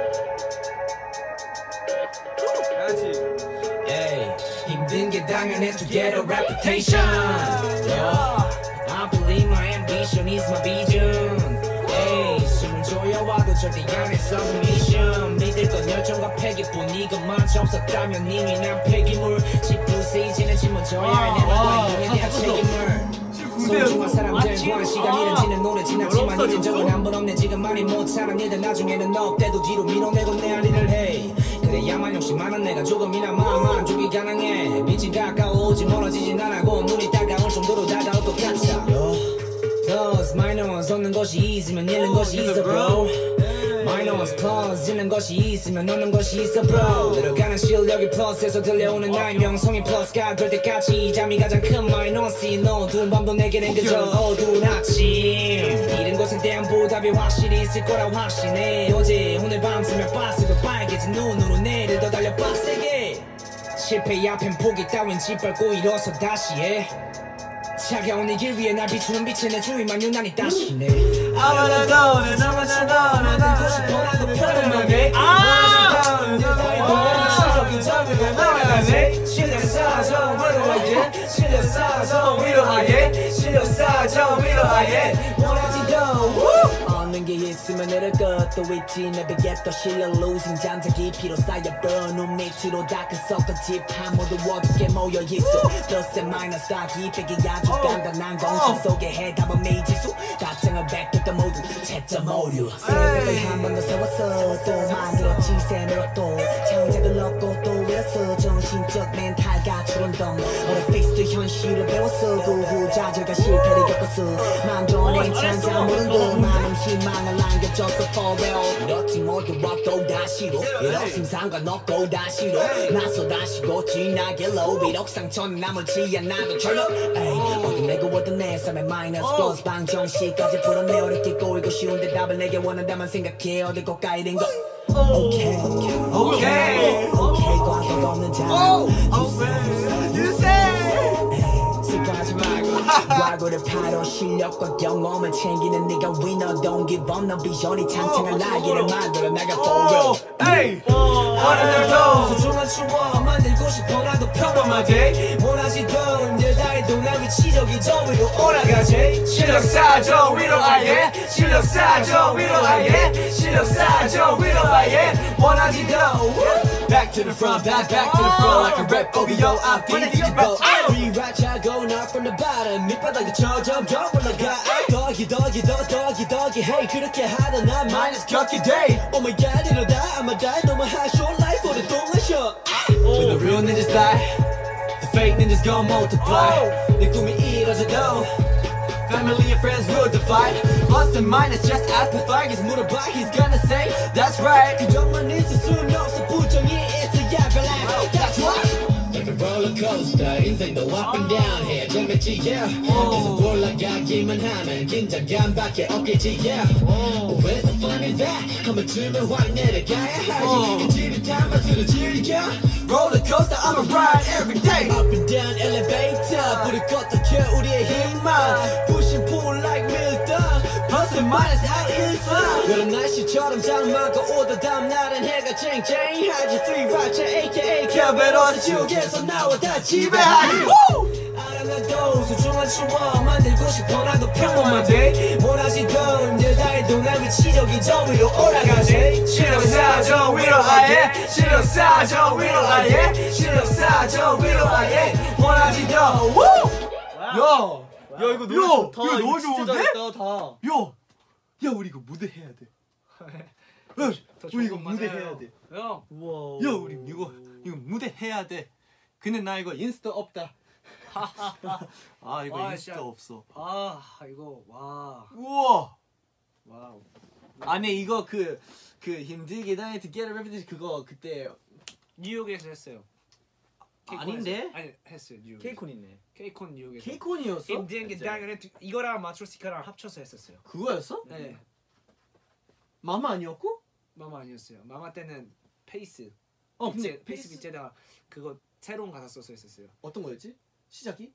Ay, 힘든 게 당연해 to get a reputation. Yeah. I believe my ambition is my vision. Ay, 숨을 조여와도 절대 안해 submission. 믿을 건 열정과 패기뿐 이것마저 없었다면 이미 난 폐기물. 짓부수이지는 짊어져야 해. 내 마음과 인연에 대한 책임을. 소중한 사람들 보한 시간 이른지는 오래 지났지만 이젠 적은 한번 없네 지금 많이 못 사는 일들 나중에는 너 때도 뒤로 밀어내고 내 할 일을 해 그래야만 욕심 많은 내가 조금이나마 만족이 가능해 빛이 가까워오지 멀어지진 않아고 눈이 따가울 정도로 다가올 것 같아 Plus, minus 얻는 것이 있으면 잃는 것이 있어 bro Minus, plus 잃는 것이 있으면 얻는 것이 있어 bro 들어가는 실력이 플러스에서 들려오는 나의 명성이 플러스가 될 때까지 이 잠이 가장 큰 마이너스인 어두운 밤도 내게는 그저 어두운 아침 잃은 것에 대한 보답이 확실히 있을 거라 확신해 어제 오늘 밤새며 빠스고 빨개진 눈으로 내일을 더 달려 빡세게 실패 앞엔 포기 따윈 짓밟고 일어서 다시 해 차가운 이길 위해 날 비추는 빛에 내 주위만 유난히 따시네
얻는 게 있으면 잃을 것도 있지 내게 또 실려 losing 잔자 깊이로 쌓여 burn 눈 밑으로 다크 섞은 집한 모두 어둡게 모여 있어 플러스 마이너스 다 기백이 아주 단단한 공식 속에 해답은 미지수 답장을 뺏겼던 모두 채점 오류 생각을 한번 더 세웠어 또 만들었지 새로 또 창작을 얻고 또 외웠어 정신적 멘탈 가출은 덤 어릴 페이스도 현실을 배웠어 구구자절과 실패를 겪었어 만들어낸 창작 모든 것 많은 희망을 안겨줬어 for real 이렇지 모두 왔고 다시로 이렇음 상관없고 다시로 나서 다시고 지나길로 비록상처는 남을지 않아도 절로 에이 어둠내고 어둠내 삶의 마이너스 플러스 방정식까지 풀어내 어렵게 꼬이고 쉬운데 답을 내게 원한다만 생각해 어딜 꼭 가이린 거 오케이 오케이
오케이.
오케이 관계 없는
Oh,
자 식하지 말고 과거를 팔어 실력과 경험을 챙기는 네가 위너 Don't give up 넌 비전이 창창한 날개를 만들어 나가 for real 어른들도 소중한 추억 만들고 싶어 나도 평범하게 원하지도 힘들 다 해도 나 위치적인 점 위로 올라가지 실력 쌓아줘 위로 아예 실력 쌓아줘 위로 아예 실력 쌓아줘 위로 아예 원하지도 Back to the front, back, back to the front Like a rap, oh yo, I think you go Rewrite, try going up from the bottom 밑바닥에 점점 더 올라가 더기 더기 더 더기 더기 Hey 그렇게 하다 난 minus 겪게 돼 Oh my god 이러다 I'ma die 너무 high short life 오랫동안 short When the real niggas die The fake ninjas gon' multiply. 내 꿈이 이뤄져도 family and friends will divide. Plus and minus just ask the flag is 물어봐. He's gonna say that's right. 그정만 있을 순 없어 부정이 있어야 relax. That's right. Like a roller coaster, 인생도 up and down 해 재밌지 yeah. 계속 올라가기만 하면 긴장감밖에 없겠지 yeah. Where's the fun in that? 한 번쯤은 확 내려가야 하지. 그지를 담아서 즐겨. Oh. Roller coaster, I'm a ride every day. Up and down elevator, 부를 것도 켜 우리의 힘만. Push and pull like Milton. Plus and minus out in fun. 그런 날씨처럼 장마가 오다 다음 날엔 해가 쨍쨍하지. Three rider, AKA 캐베로스 지옥에서 나와 다 지배하니. Woo! 알아놔도 소중한 추억 만들고 싶어 나도 평범한데 원하지도 힘들다 해도 난 위치적인 저 위로 올라가지 실력 쌓아줘 위로 아예 실력 쌓아줘 위로 아예 실력 쌓아줘 위로 아예 원하지도 Woo!
야,
야 이거
야,
너무 좋다.
이거 너무
진짜
좋은데?
잘했다, 다.
야, 야 우리 이거 무대 해야 돼. 야, 우리 이거 무대 해야 돼.
형
야 우리 이거 이거 무대 해야 돼. 근데 나 이거 인스타 없다. 아 이거
와,
인스타
진짜.
없어.
아 이거 와
우와.
와우
안에 이거 그 그 힘들게 나의 듣게를 랩들 그거 그때
뉴욕에서 했어요. 케이콘에서.
아닌데?
아니 했어요 뉴욕.
케이콘 있네.
케이콘 뉴욕에서.
케이콘이었어? 그렇죠.
임디앤게
맞아요.
당연히 이거랑 마트로시카랑 합쳐서 했었어요.
그거였어?
네
마마 아니었고?
마마 아니었어요. 마마 때는 페이스
어,
빗재,
근데 페이스
페이스 빗재다가 그거 새로운 가사 써서 했었어요.
어떤 거였지? 시작이?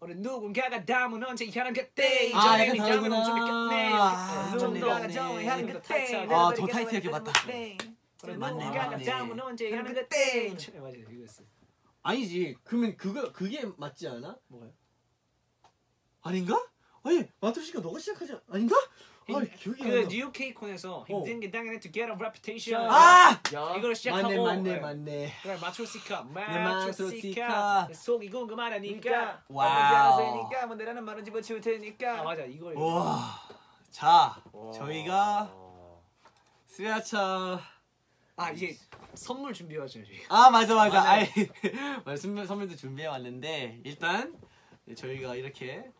어느 누군가가 담은 언제 하는 그때
아, 약간 다르구나. 아,
누군가가
맞네.
정의하는 그때
아, 저 타이틀 이렇게 맞다.
네, 어느
맞네,
네.
아,
누군가가
맞네.
담은 언제 하는 그때 네, 맞아요 이거였어요.
아니지. 그러면 그거 그게 맞지 않아?
뭐가요?
아닌가? 아니 마토시가 너가 시작하지 않- 아닌가? 아 기억이
그
안 나.
뉴욕 케이콘에서 힘든 게 당연히 to get a reputation
어.
어,
아!
이걸 시작하고
맞네 맞네
네.
맞네.
그래 마초시카
마초시카. 그러니까,
마초시카 속이 궁금하다니까 어, 뭐
와우.
니까 뭔데라는 뭐 말은 집어치울 테니까 아 맞아 이걸
와. 자, 저희가 스야차
아 이게 선물 준비하죠 저희
아 맞아 맞아. 아이 말씀 선물도 준비해 왔는데 일단 네, 저희가 이렇게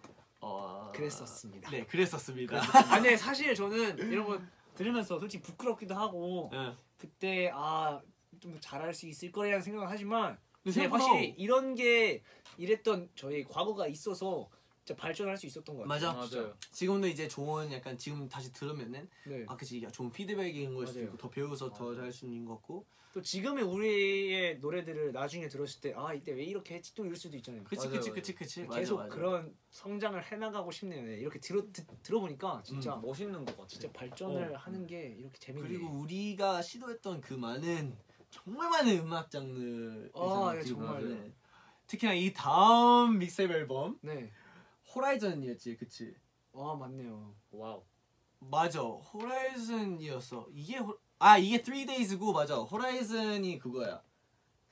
어
그랬었습니다
네, 그랬었습니다.
아니 사실 저는 이런 거 들으면서 솔직히 부끄럽기도 하고
응.
그때 아 좀 잘할 수 있을 거라는 생각을 하지만 네,
근데
근데
생각보다
확실히 이런 게 이랬던 저희 과거가 있어서 진짜 발전할 수 있었던 것 같아요.
맞아.
맞아요.
지금도 이제 좋은 약간 지금 다시 들으면은
네.
아 그치 야, 좋은 피드백인 걸 수도
맞아요.
있고 더 배워서 더 잘 할 수 있는 것 같고
또 지금의 우리의 노래들을 나중에 들었을 때 아 이때 왜 이렇게 했지 또 이럴 수도 있잖아요.
그치
맞아요,
그치
맞아요.
그치 그치 맞아,
계속
맞아.
그런 성장을 해나가고 싶네요. 네, 이렇게 들어 듣- 들어보니까 진짜
멋있는 것 같아.
진짜 발전을 하는 게 이렇게 재밌네요.
그리고 우리가 시도했던 그 많은 정말 많은 음악 장르
아, 예, 정말요.
특히나 이 다음 믹스앱 앨범
네.
호라이즌이었지 그치
와 맞네요.
와우.
맞아 호라이즌이었어 이게 호... 아 이게 3 days고 맞아 호라이즌이 그거야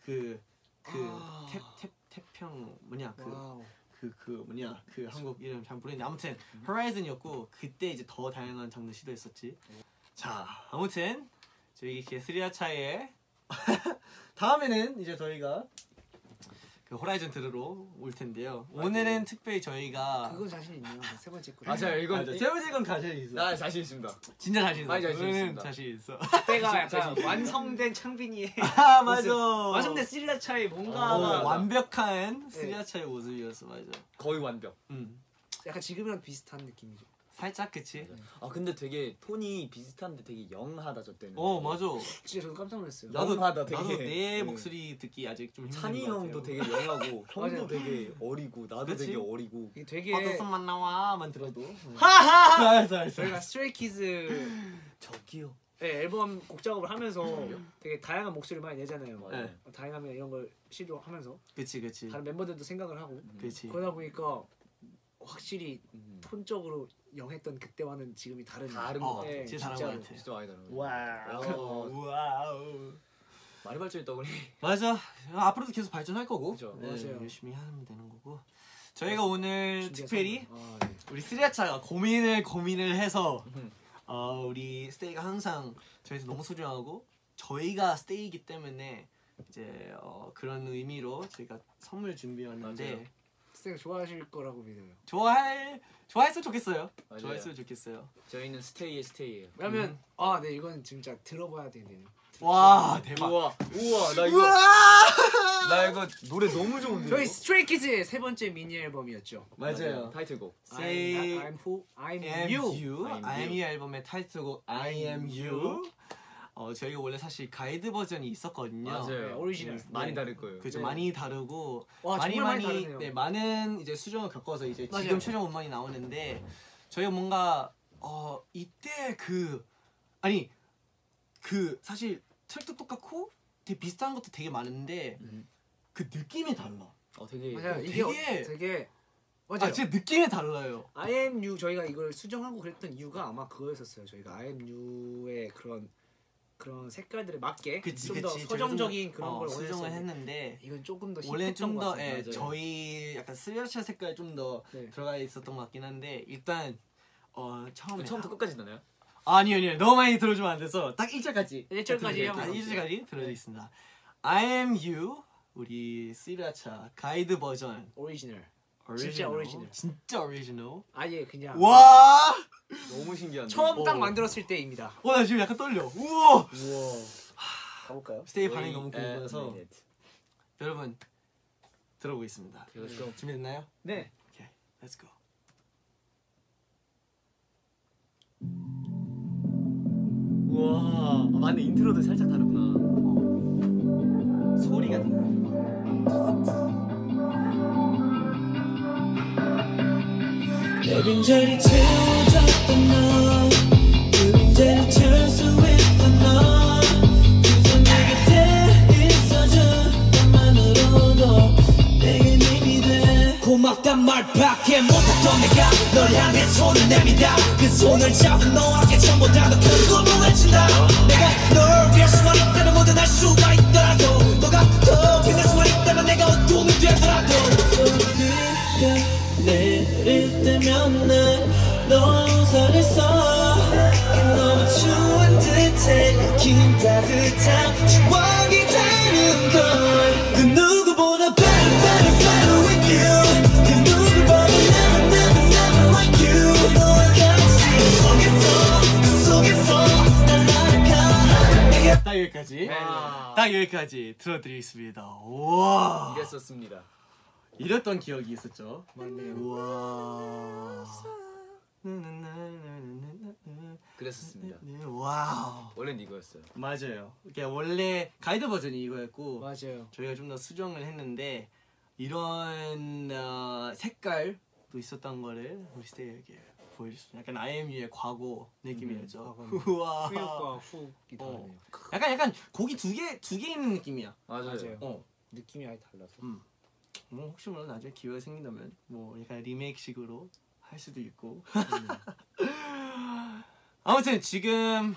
그
아.
그탭탭 태평 뭐냐 그
와우.
그, 그 뭐냐 그 한국 이름 잘 모르겠는데 아무튼
음.
호라이즌이었고 그때 이제 더 다양한 장르 시도했었지 자 아무튼 저희 이렇게 스리아차의 다음에는 이제 저희가 그 호라이즌 들으러 올 텐데요 오늘은 특별히 저희가
그건 자신 있네요. 세 번째 거.
맞아요. 이건
맞아, 세 번째 건 자신 있어
나 자신 있습니다.
진짜 자신 있어
많이 자신
그거는
있습니다.
자신 있어
그때가
자신
약간
있어요.
완성된 창빈이의
아 맞아
완성된 스릴라차의
어,
뭔가가
예.
완벽한 스리아차의 모습이었어 맞아
거의 완벽.
음
약간 지금이랑 비슷한 느낌이죠.
살짝 그치
아 근데 되게 톤이 비슷한데 되게 영하다 저 때는.
어 맞아
진짜 저도 깜짝 놀랐어요.
나도 나도 되게
나도 내
네.
목소리 듣기 아직 좀 힘든
찬이
것 같아요.
형도 되게 영하고
맞아요.
형도 되게 어리고 나도
그치?
되게 네. 어리고
이게 되게
헛웃음만 나와만 들어도 하하 알았어 알았어
저희가 스트레이키즈
저기요.
예, 앨범 곡 작업을 하면서 되게 다양한 목소리를 많이 내잖아요.
맞아요.
네. 음.
다이나믹 이런 걸 시도하면서
그치 그치
다른 멤버들도 생각을 하고
그치 어,
그러다 보니까 확실히
음.
톤적으로 영했던 그때와는 지금이 다른
다른 것
어
같아.
네,
진짜 다른
진짜로.
것 같아
진짜 많이 다른 거.
어, 와우
어.
와우
많이 발전했다 우리.
맞아 앞으로도 계속 발전할 거고
그죠.
네,
맞아요.
열심히 하면 되는 거고 저희가 오늘
준비해서.
특별히
아, 네.
우리 스리아차가 고민을 고민을 해서
음.
어, 우리 스테이가 항상 저희한테 너무 소중하고 저희가 스테이이기 때문에 이제 어, 그런 의미로 저희가 선물 준비했는데
맞아요.
스테이가 좋아하실 거라고 믿어요.
좋아할 좋아했으면 좋겠어요.
맞아요.
좋아했으면 좋겠어요.
저희는 스테이의 스테이예요.
왜냐면
음.
아, 네 이건 진짜 들어봐야 되네요.
와 대박.
우와 아. 우와 나 이거 나 이거 노래 너무
음.
좋은데.
저희 스트레이키즈의 세 번째 미니 앨범이었죠.
맞아요.
타이틀곡.
Say
I'm, I'm who I'm,
I'm
you.
you,
I'm
I'm
you.
you 앨범의 타이틀곡 I am you. 어 저희가 원래 사실 가이드 버전이 있었거든요.
맞아요.
네, 오리지널.
음.
많이 다를 거예요.
그죠
네.
많이 다르고
와,
많이
정말 많이
많이
다르네요.
네, 많은 이제 수정을 겪어서 이제
맞아요.
지금 최종 음반이 나오는데 저희 가 뭔가 어 이때 그 아니 그 사실 책도 똑같고 되게 비슷한 것도 되게 많은데
음.
그 느낌이 달라.
어 되게
맞아요.
되게-
이게 되게, 되게 맞아요.
아 진짜 느낌이 달라요.
I am you 저희가 이걸 수정하고 그랬던 이유가 아마 그거였었어요. 저희가 I am you의 그런 그런 색깔들에 맞게
그치
좀
그치
더 서정적인 그런
어,
걸
수정을
원했었는데
했는데
이건 조금 더
원래
힙했던 것
좀더 예,
맞아요.
같습니다.
저희 약간 스리라차 색깔 좀 더
네.
들어가 있었던 것 같긴 한데 일단 어 처음에
처음부터 끝까지 나나요?
아니요 아니요 너무 많이 들어주면 안 돼서 딱 1절까지 네,
1절까지 요 네.
딱 1절까지 들어져 있습니다 I am you 우리 스리라차 가이드 버전
오리지널
오리지널.
오리지널.
진짜 오리지널
아예 그냥
와!
너무 신기한데.
처음 딱
오.
만들었을 때입니다.
와 어, 나 지금 약간 떨려 우와!
가볼까요? 네,
스테이 반응이
네,
너무 궁금해서 여러분 들어보겠습니다
제가 지금
준비됐나요?
네.
오케이 Let's go
우와 아, 맞네 인트로도 살짝 다르구나.
소리가
내 빈자리 채워줬던 너그 빈자리 채울 수 있던 너 그저 내 곁에 있어줬던 만으로도 내겐 힘이 돼
고맙단 말밖에 못했던 내가 널 향해 손을 내민다 그 손을 잡은 너에게 전보다 더 크고 무거진다 내가 널 위할 수만 있다면 뭐든 할 수가 있더라도 너가 더 빛날 수만 있다면 내가 어둠이 되더라도
소리가 내릴 때면 난너 우산을 써 너무 추운 듯해 긴 따뜻한 추억이 되는 걸그 누구보다 better better better with you 그 누구보다 never never never like you 너와 같이 그 속에서 그 속에서 난 날아가 내게
딱
네.
여기까지
와.
딱 여기까지 들어드리겠습니다 우와
이랬었습니다.
이랬던 기억이 있었죠. 맞네요. 우와. 나나나나나나나.
그랬었습니다.
와우.
원래는 이거였어요.
맞아요. 이게 원래 가이드 버전이 이거였고
맞아요.
저희가 좀 더 수정을 했는데 이런 어, 색깔도 있었던 거를 우리 스테이에게 보여줬어요. 약간 IMU의 음, 과거 느낌이었죠. 우와.
후욕과 후이
어.
다르네요.
약간 약간 고기 두 개 두 개 있는 느낌이야.
맞아요.
맞아요.
어.
느낌이 아예 달라서.
음, 뭐 혹시 몰라 나중에 기회가 생긴다면 뭐 약간 리메이크식으로 할 수도 있고. 아무튼 지금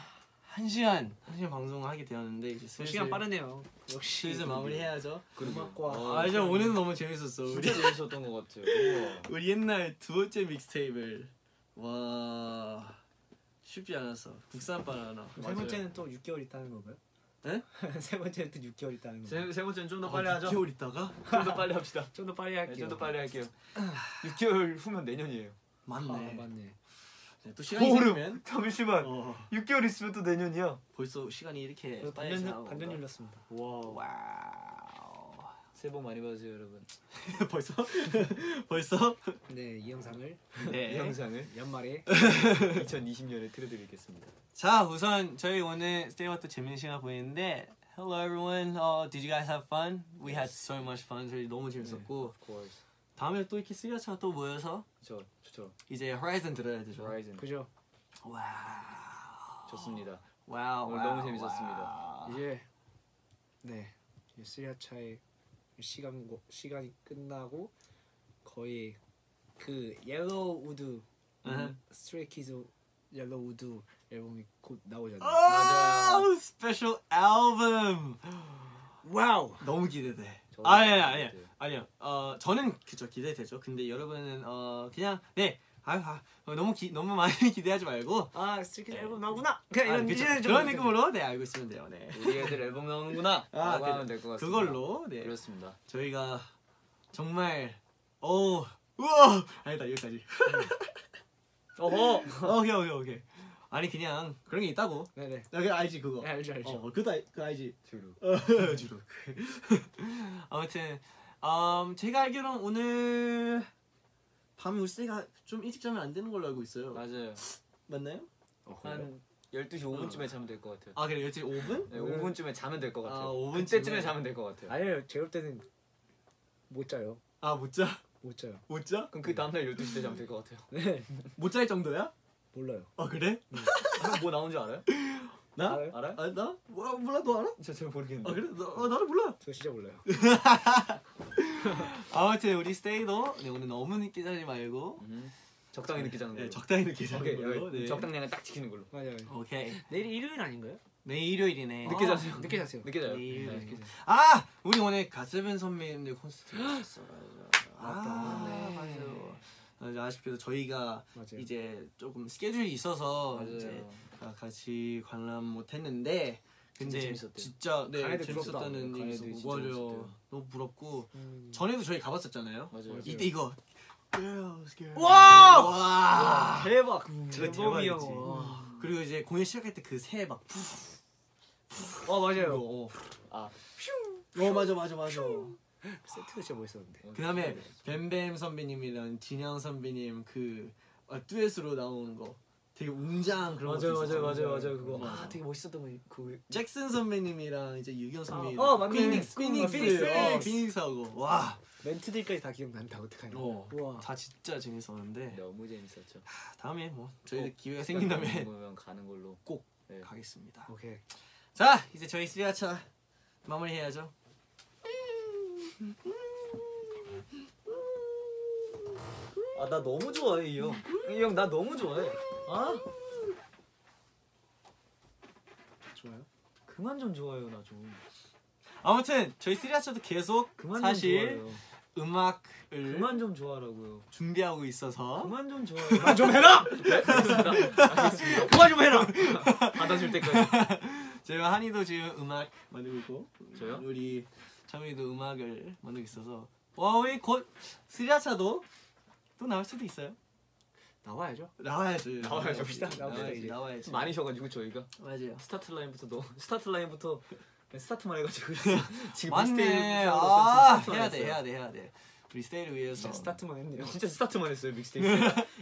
한 시간 한 시간 방송을 하게 되었는데 이제 슬슬
시간 빠르네요. 역시 어,
슬슬 마무리해야죠.
음악과
아, 저 오늘 너무 재밌었어. 우리
진짜 재밌었던 것 같아요. 우와.
우리 옛날 두 번째 믹스테이블 와 쉽지 않았어. 국산 바나나.
세 번째는 또 6개월 있다는 건가요? 세 번째는 또 6개월 있다는 거.
세, 세 번째는 좀 더 빨리 하죠.
아, 6개월 있다가
좀 더 빨리 합시다.
좀더 빨리
네,
할게요.
좀더 빨리 할게요. 6개월 후면 내년이에요.
맞네.
아, 맞네.
네, 또 시간이 생기면
잠시만.
어,
6개월 있으면 또 내년이야.
벌써 시간이 이렇게 빨리
반년
지나고
반년 흘렀습니다.
와우.
새해 복 많이 받으세요, 여러분.
벌써 벌써
네, 이 영상을
이
네.
영상을
연말에
2020년에 틀어드리겠습니다.
자 우선 저희 오늘 스테이와 또 재밌는 시간 보냈는데 Hello everyone. Uh, did you guys have fun? We had so much fun. 저희 너무
네.
재밌었고
Of course.
다음에 또 이렇게 쓰리아처럼 또 모여서
저, 저처럼.
이제 Horizon 들어야 되죠.
라이즌.
그죠?
와우.
좋습니다.
와우.
오늘
와우,
너무 재밌었습니다.
와우.
이제 네 시리아차의 시간 시간이 끝나고 거의 그 옐로우 우드 음,
응.
스트레이키즈 옐로우 우드 앨범이 곧 나오잖아요.
아, 스페셜 앨범.
와우.
너무 기대돼.
저도
아니 아니 아니
기대돼요.
아니요. 어 저는 그쵸 기대되죠. 근데 여러분은 어 그냥 네. 아유 아, 어, 너무 기 너무 많이 기대하지 말고.
아 스트레이키즈
네.
앨범 나오구나. 그냥
아,
이런
그쵸.
이런
그런
느낌.
느낌으로 네 알고 있으면 돼요. 네.
우리 애들 앨범 나오는구나.
아,
라고
그-
하면 될 것 같습니다. 예,
그걸로 네
그렇습니다.
저희가 정말 어 우와 아니다 여기까지.
어허!
오케이 오케이 오케이. 아니 그냥 그런 게 있다고.
네네.
나 그냥 알지 그거.
네, 알죠 알죠.
어, 그거 알- 그거 알지.
그렇죠.
어,
주로.
주로. 아무튼 음, 제가 알기로는 오늘 밤에 울세가 좀 일찍 자면 안 되는 걸로 알고 있어요.
맞아요.
맞나요?
한 12시 5분쯤에 자면 될 것 같아요.
아 그래 12시 5분?
네, 5분쯤에 자면 될 것 같아요.
음. 아, 5분쯤에?
그때쯤에 자면 될 것 같아요.
아니에요. 제가 볼 때는 못 자요.
아 못 자?
못 자요.
못 자?
그럼 그 다음날 12시 때 자면 될 것 같아요.
네.
못 잘 정도야?
몰라요.
아 그래?
아, 뭐 나온 줄 알아요?
나?
알아요?
알아요?
아 나? 몰라, 몰라 너 알아?
저 잘 모르겠는데.
아 그래? 나, 어, 나를 몰라.
저 진짜 몰라요.
아무튼 우리 스테이도 네, 오늘 너무 늦게 자지 말고
음, 적당히 늦게 자는 걸로.
네, 적당히 늦게 자는
음. 오케이,
걸로.
여기
네.
적당량을 딱 지키는 걸로.
맞아요.
오케이.
내일 일요일 아닌가요?
내일 일요일이네. 아,
늦게 자세요.
아, 늦게 자세요.
늦게 자요.
내일
네.
늦게 자세요.
아 우리 오늘 가세븐 선배님들 콘서트 있었어 맞다 맞아요 맞아 아쉽게도 저희가
맞아요.
이제 조금 스케줄이 있어서 이제
맞아요.
다 같이 관람 못했는데 근데
진짜 재밌었대요.
진짜 네
가야도
재밌었다는
부럽다.
얘기
가야도
있었고
진짜
맞아요
재밌었대요.
너무 부럽고
음.
전에도 저희 가봤었잖아요
맞아요.
이때 이거 Girls, girls. 와!
대박.
음,
진짜
대박이었지.
대박이지. 그리고 이제 공연 시작할 때 그 새해 막
어 맞아요.
푸고
아.
어 맞아 맞아 맞아
세트도 진짜 멋있었는데.
그
네.
다음에 뱀뱀 선배님이랑 진영 선배님 그 아, 듀엣으로 나오는 거 되게 웅장한 그런 것도
맞아요, 맞아요,
있었잖아요.
맞아요, 맞아요. 그거.
아, 되게
멋있었던 거. 그
잭슨 선배님이랑 이제
아,
유경 선배님
어, 맞네.
피닉스
그거,
피닉스
피닉스.
어, 피닉스하고 와
멘트들까지 다 기억난다 어떡하냐.
어,
우와.
다 진짜 재밌었는데
너무 재밌었죠.
아, 다음에 뭐 저희도
네. 어,
기회가 생긴다면
보면 가는 걸로.
꼭
네.
가겠습니다
오케이.
자 이제 저희 스리아차 마무리해야죠
아, 나 너무 좋아해, 이 형. 이 형, 나 너무 좋아해. 아?
좋아요.
그만 좀 좋아요, 나 좀.
아무튼 저희 스리아차도 계속
그만
사실
좀 좋아요.
음악을
그만 좀 좋아하라고요.
준비하고 있어서
그만 좀 좋아요.
좀 해라.
그만 좀 해라. 받아줄 때까지.
제가 한이도 지금 음악 만들고 있고
저요?
우리 참이도 음악을 만들고 있어서 와 우리 곧 스리아차도 또 나올 수도 있어요
나와야죠.
나와야죠
나와야죠.
나와야지, 나와야지
이제.
나와야지
많이 쉬어가지고 저희가
맞아요
스타트 라인부터 너 스타트 라인부터 스타트만 해가지고 지금
맞네
스테이지
아
스타트만
해야 돼
했어요.
해야 돼 해야 돼 브리스테이를 위해서
진짜 스타트만 했네요.
진짜 스타트만 했어요 믹스테이프.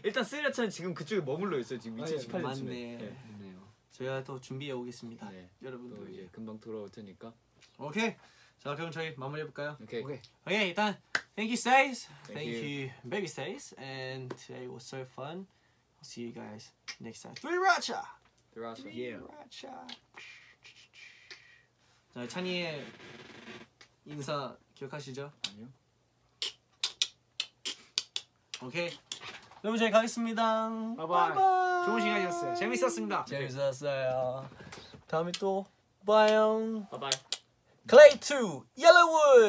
일단 쓰리라차는 지금 그쪽에 머물러 있어요 지금
아, 예,
2018년쯤에. 네.
맞네. 아. 저희가 또 준비해 오겠습니다.
또
여러분들
이제 금방 돌아올 테니까.
오케이. 자 그럼 저희 마무리해 볼까요?
오케이.
오케이.
Okay, 일단 thank you stays,
Thank
thank
you.
you baby stays, and today was so fun. I'll see you guys next time. Three Racha,
들어가서.
Racha. 자 찬이의 인사 기억하시죠?
아니요.
오케이. 여러분 저희 가겠습니다.
바이바이.
바이바이.
좋은 시간이었어요. 재밌었습니다.
재밌었어요. 다음에 또 봐요.
바이바이.
Clay 2 Yellowwood.